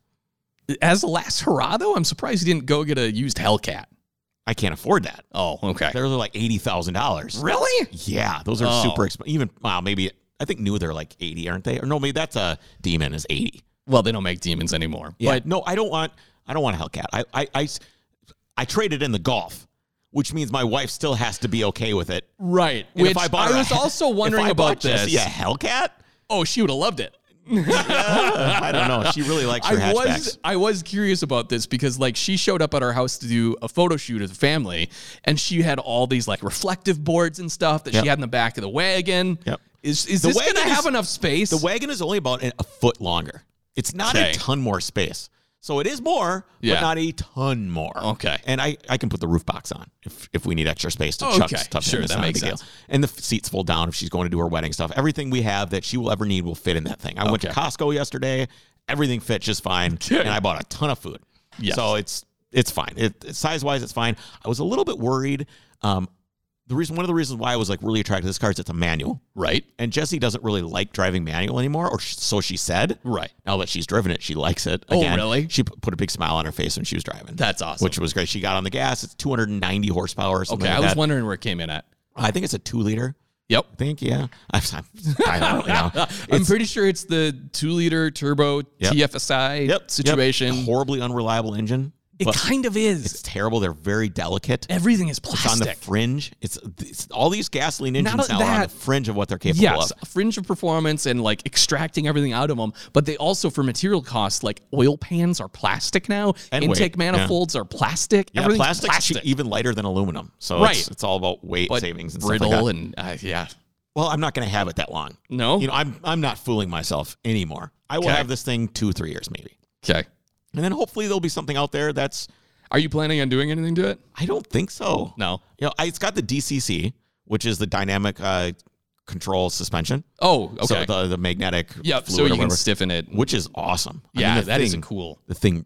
S2: As the last hurrah though, I'm surprised you didn't go get a used Hellcat.
S1: I can't afford that.
S2: Oh, okay.
S1: They're like eighty thousand dollars.
S2: Really?
S1: Yeah, those are
S2: Oh.
S1: super expensive. Even wow, maybe I think new they're like eighty, aren't they? Or no, maybe that's a demon is eighty.
S2: Well, they don't make demons anymore.
S1: Yeah.
S2: But
S1: no, I don't want. I don't want a Hellcat. I I I, s- I traded in the Golf, which means my wife still has to be okay with it.
S2: right.
S1: And
S2: Which I,
S1: a-
S2: was also
S1: if
S2: wondering
S1: I
S2: about
S1: bought
S2: this.
S1: Jessie a Hellcat?
S2: Oh, she would have loved it.
S1: I don't know. She really likes her
S2: I
S1: hatchbacks.
S2: was I was curious about this because like she showed up at our house to do a photo shoot as a family, and she had all these like reflective boards and stuff that
S1: Yep.
S2: she had in the back of the wagon.
S1: Yep.
S2: Is is
S1: The
S2: this gonna
S1: wagon
S2: have
S1: is-
S2: enough space?
S1: The wagon is only about a foot longer. It's not
S2: Okay.
S1: a ton more space. So it is more,
S2: Yeah.
S1: but not a ton more.
S2: Okay. Oh,
S1: And I, I can put the roof box on if, if we need extra space to
S2: Okay.
S1: chuck stuff
S2: Sure,
S1: in. It's
S2: that
S1: not a
S2: makes
S1: big deal.
S2: sense.
S1: And the f- seats fold down if she's going to do her wedding stuff. Everything we have that she will ever need will fit in that thing. I went to
S2: Okay.
S1: Costco yesterday. Everything fits just fine.
S2: Okay.
S1: And I bought a ton of food.
S2: Yes.
S1: So it's it's fine. It size wise, it's fine. I was a little bit worried. Um, the reason one of the reasons why I was like really attracted to this car is it's a manual
S2: right.
S1: and Jesse doesn't really like driving manual anymore, or sh- so she said.
S2: Right.
S1: Now that she's driven it, she likes it.
S2: Oh,
S1: Again,
S2: really?
S1: She p- put a big smile on her face when she was driving.
S2: That's awesome.
S1: Which was great. She got on the gas. It's 290 horsepower. Or something
S2: okay, I
S1: like
S2: was
S1: that.
S2: wondering where it came in at.
S1: I think it's a two liter.
S2: Yep.
S1: I think yeah. I'm, I'm, I don't really know.
S2: I'm pretty sure it's the two liter turbo
S1: Yep.
S2: TFSI
S1: Yep,
S2: situation.
S1: yep. horribly unreliable engine.
S2: It
S1: But
S2: kind of is.
S1: it's terrible. They're very delicate.
S2: Everything is
S1: It's on
S2: plastic.
S1: the fringe. It's, it's all these gasoline
S2: Not
S1: engines now are on the
S2: that-
S1: fringe of what they're capable
S2: Yes,
S1: of.
S2: a fringe of performance and like extracting everything out of them. But they also, for material costs, like oil pans are plastic now.
S1: And
S2: Intake
S1: weight, yeah.
S2: manifolds are plastic.
S1: Yeah,
S2: Everything's
S1: plastic's che- even lighter than aluminum. So
S2: Right.
S1: it's, it's all about weight
S2: but
S1: savings and
S2: brittle
S1: stuff like that.
S2: and uh, yeah.
S1: Well, I'm not going to have it that long.
S2: No.
S1: You know, I'm I'm not fooling myself anymore. I will
S2: Okay.
S1: have this thing two, three years maybe,
S2: okay.
S1: and then hopefully there'll be something out there that's.
S2: Are you planning on doing anything to it?
S1: I don't think so.
S2: No.
S1: You know, I, it's got the DCC, which is the dynamic uh, control suspension.
S2: Oh, okay.
S1: So the the magnetic.
S2: yep. So
S1: fluid or
S2: you can
S1: whatever,
S2: stiffen it.
S1: which is awesome. I mean,
S2: yeah,
S1: the
S2: that
S1: thing,
S2: is cool.
S1: the thing.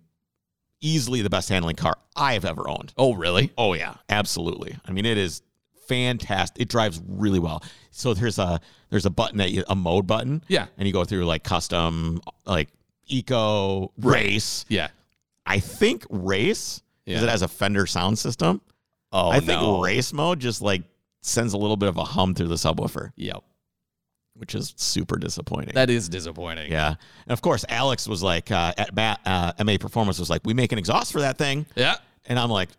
S1: Easily the best handling car I have ever owned.
S2: Oh, really?
S1: Oh yeah, absolutely. I mean, it is fantastic. It drives really well. So there's a there's a button that you, a mode button.
S2: Yeah.
S1: and you go through like custom, like eco race.
S2: Yeah.
S1: I think race because
S2: Yeah.
S1: it has a Fender sound system.
S2: Oh,
S1: I think
S2: no.
S1: race mode just like sends a little bit of a hum through the subwoofer,
S2: Yep.
S1: which is super disappointing.
S2: That is disappointing.
S1: yeah. And of course, Alex was like, uh, at bat, uh, MA Performance was like, we make an exhaust for that thing.
S2: Yeah.
S1: And I'm like,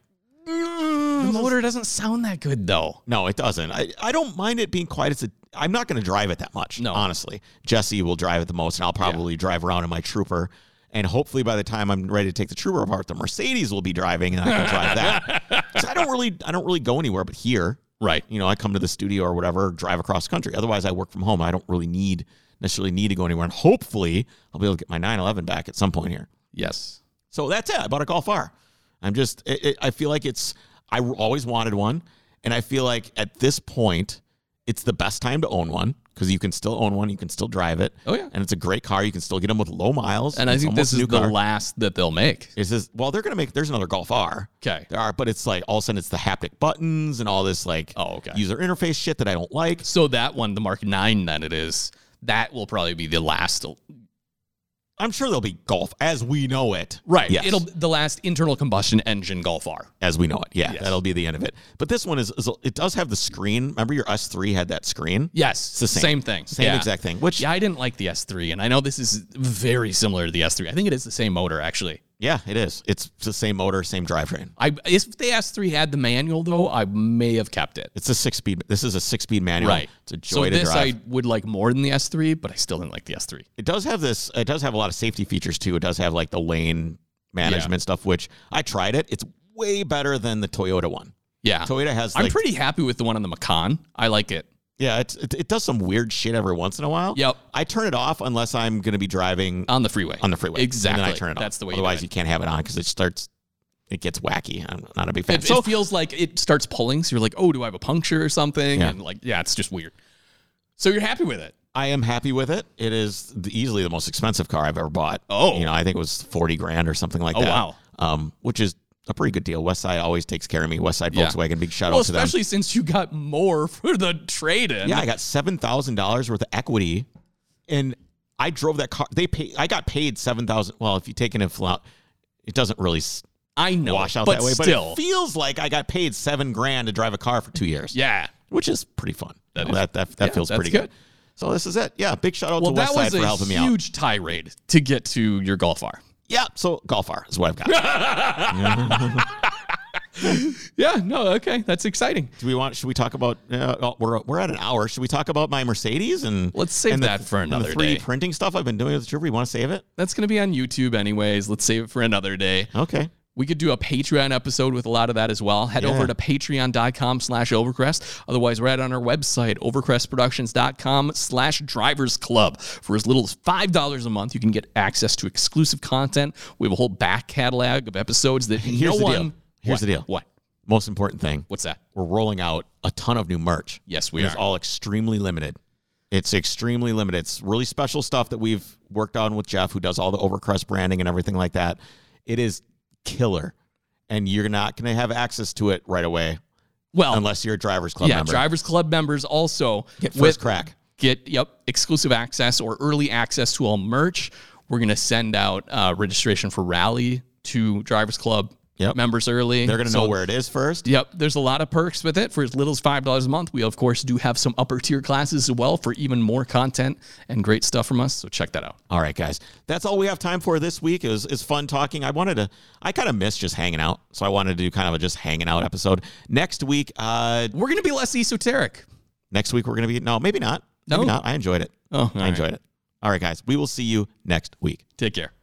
S2: The motor doesn't sound that good though.
S1: No, it doesn't. I, I don't mind it being quite as a. I'm not going to drive it that much.
S2: No.
S1: honestly, Jesse will drive it the most, and I'll probably drive around in my Trooper. And hopefully, by the time I'm ready to take the Trooper apart, the Mercedes will be driving, and I can drive that. So I don't really, I don't really go anywhere but here.
S2: Right.
S1: You know, I come to the studio or whatever, drive across country. Otherwise, I work from home. I don't really need necessarily need to go anywhere. And hopefully, I'll be able to get my 911 back at some point here.
S2: Yes.
S1: So that's it. I bought a Golf R. I'm just, it, it, I feel like it's, I always wanted one. And I feel like at this point, it's the best time to own one because you can still own one. You can still drive it.
S2: Oh, yeah.
S1: And it's a great car. You can still get them with low miles.
S2: And I
S1: It's
S2: think
S1: almost
S2: this
S1: a
S2: is
S1: new
S2: the
S1: car.
S2: last that they'll make.
S1: It says, well, they're going to make, there's another Golf R.
S2: Okay.
S1: There are, but it's like all of a sudden it's the haptic buttons and all this like
S2: Oh, okay.
S1: user interface shit that I don't like.
S2: So that one, the Mark Nine, then it is. That will probably be the last.
S1: I'm sure there'll be golf as we know it. Yes.
S2: Yes. It'll the last internal combustion engine Golf R.
S1: as we know it. Yeah,
S2: Yes.
S1: that'll be the end of it. But this one is, is it does have the screen. Remember your S3 had that screen?
S2: Yes. It's
S1: the same.
S2: thing.
S1: Same
S2: Yeah.
S1: exact thing. Which yeah.
S2: Yeah, I didn't like the S3, and I know this is very similar to the S3. I think it is the same motor, actually.
S1: it is. It's the same motor, same drivetrain.
S2: I if the S3 had the manual though, I may have kept it.
S1: It's a six speed. This is a six speed manual.
S2: Right.
S1: It's a joy
S2: So
S1: to
S2: this
S1: drive.
S2: I would like more than the S3, but I still didn't like the S3.
S1: it does have this. It does have a lot of safety features too. It does have like the lane management stuff, which I tried it. It's way better than the Toyota one.
S2: Yeah,
S1: Toyota has.
S2: I'm
S1: like-
S2: pretty happy with the one on the Macan. I like it.
S1: Yeah, it's, it it does some weird shit every once in a while.
S2: Yep.
S1: I turn it off unless I'm going to be driving
S2: on the freeway.
S1: on the freeway.
S2: Exactly.
S1: And then I turn it off.
S2: That's the way.
S1: Otherwise,
S2: you
S1: you can't have it on because it starts. It gets wacky. I'm not a big
S2: do
S1: fan.
S2: it. It,
S1: so
S2: it feels like it starts pulling. So you're like, oh, do I have a puncture or something?
S1: Yeah.
S2: And like, yeah, it's just weird. So you're happy with it?
S1: I am happy with it. It is the, easily the most expensive car I've ever bought.
S2: Oh.
S1: you know, I think it was forty grand or something like
S2: Oh,
S1: that.
S2: wow.
S1: Um, which is a pretty good deal. Westside always takes care of me. Westside
S2: Yeah.
S1: Volkswagen. Big shout
S2: Well,
S1: out to them.
S2: especially since you got more for the trade in.
S1: Yeah, I got seven thousand dollars worth of equity, and I drove that car. They pay. I got paid seven thousand. Well, if you take an infl out, it doesn't really s-
S2: I know.
S1: wash out
S2: but
S1: that way.
S2: still,
S1: But it feels like I got paid seven grand to drive a car for two years.
S2: yeah.
S1: which is pretty fun.
S2: That
S1: That
S2: is-
S1: that, that, that
S2: yeah,
S1: feels
S2: that's
S1: pretty good.
S2: good.
S1: So this is it. Yeah, big shout out
S2: Well,
S1: to
S2: that
S1: Westside
S2: was
S1: for
S2: a
S1: helping me out.
S2: huge tirade to get to your golf R.
S1: Yeah, so golf R is what I've got.
S2: Yeah. No. Okay. That's exciting.
S1: Do we want? Should we talk about? Uh, oh, we're we're at an hour. Should we talk about my Mercedes and
S2: Let's save
S1: and
S2: that for
S1: and
S2: another
S1: the 3D
S2: day.
S1: printing stuff I've been doing with the trooper. You want to save it?
S2: That's going to be on YouTube, anyways. Let's save it for another day.
S1: Okay.
S2: We could do a Patreon episode with a lot of that as well. Head over to patreon.com slash overcrest. Otherwise, we're at on our website, overcrestproductions.com slash drivers club. For as little as $5 a month, you can get access to exclusive content. We have a whole back catalog of episodes that
S1: Here's
S2: no
S1: the
S2: one.
S1: deal. Here's
S2: What?
S1: the deal.
S2: What?
S1: Most important thing.
S2: What's that?
S1: We're rolling out a ton of new merch.
S2: Yes, we
S1: And It's
S2: are.
S1: all extremely limited. It's extremely limited. It's really special stuff that we've worked on with Jeff, who does all the Overcrest branding and everything like that. It is killer, and you're not going to have access to it right away
S2: Well,
S1: unless you're a Drivers Club
S2: yeah,
S1: member.
S2: drivers club members also
S1: Get first
S2: with-
S1: crack.
S2: get yep exclusive access or early access to all merch. We're gonna send out uh, registration for rally to drivers club
S1: Yep.
S2: members early.
S1: They're going to
S2: So,
S1: know where it is first.
S2: Yep, there's a lot of perks with it for as little as five dollars a month. We of course do have some upper tier classes as well for even more content and great stuff from us. So check that out.
S1: All right, guys, that's all we have time for this week. It was is fun talking. I wanted to. I kind of miss just hanging out, so I wanted to do kind of a just hanging out episode next week. Uh,
S2: We're gonna be less esoteric.
S1: next week we're going to be no, maybe not. Maybe
S2: No?
S1: not. I enjoyed it.
S2: Oh, all
S1: I
S2: right.
S1: enjoyed it. All right, guys. We will see you next week.
S2: Take care.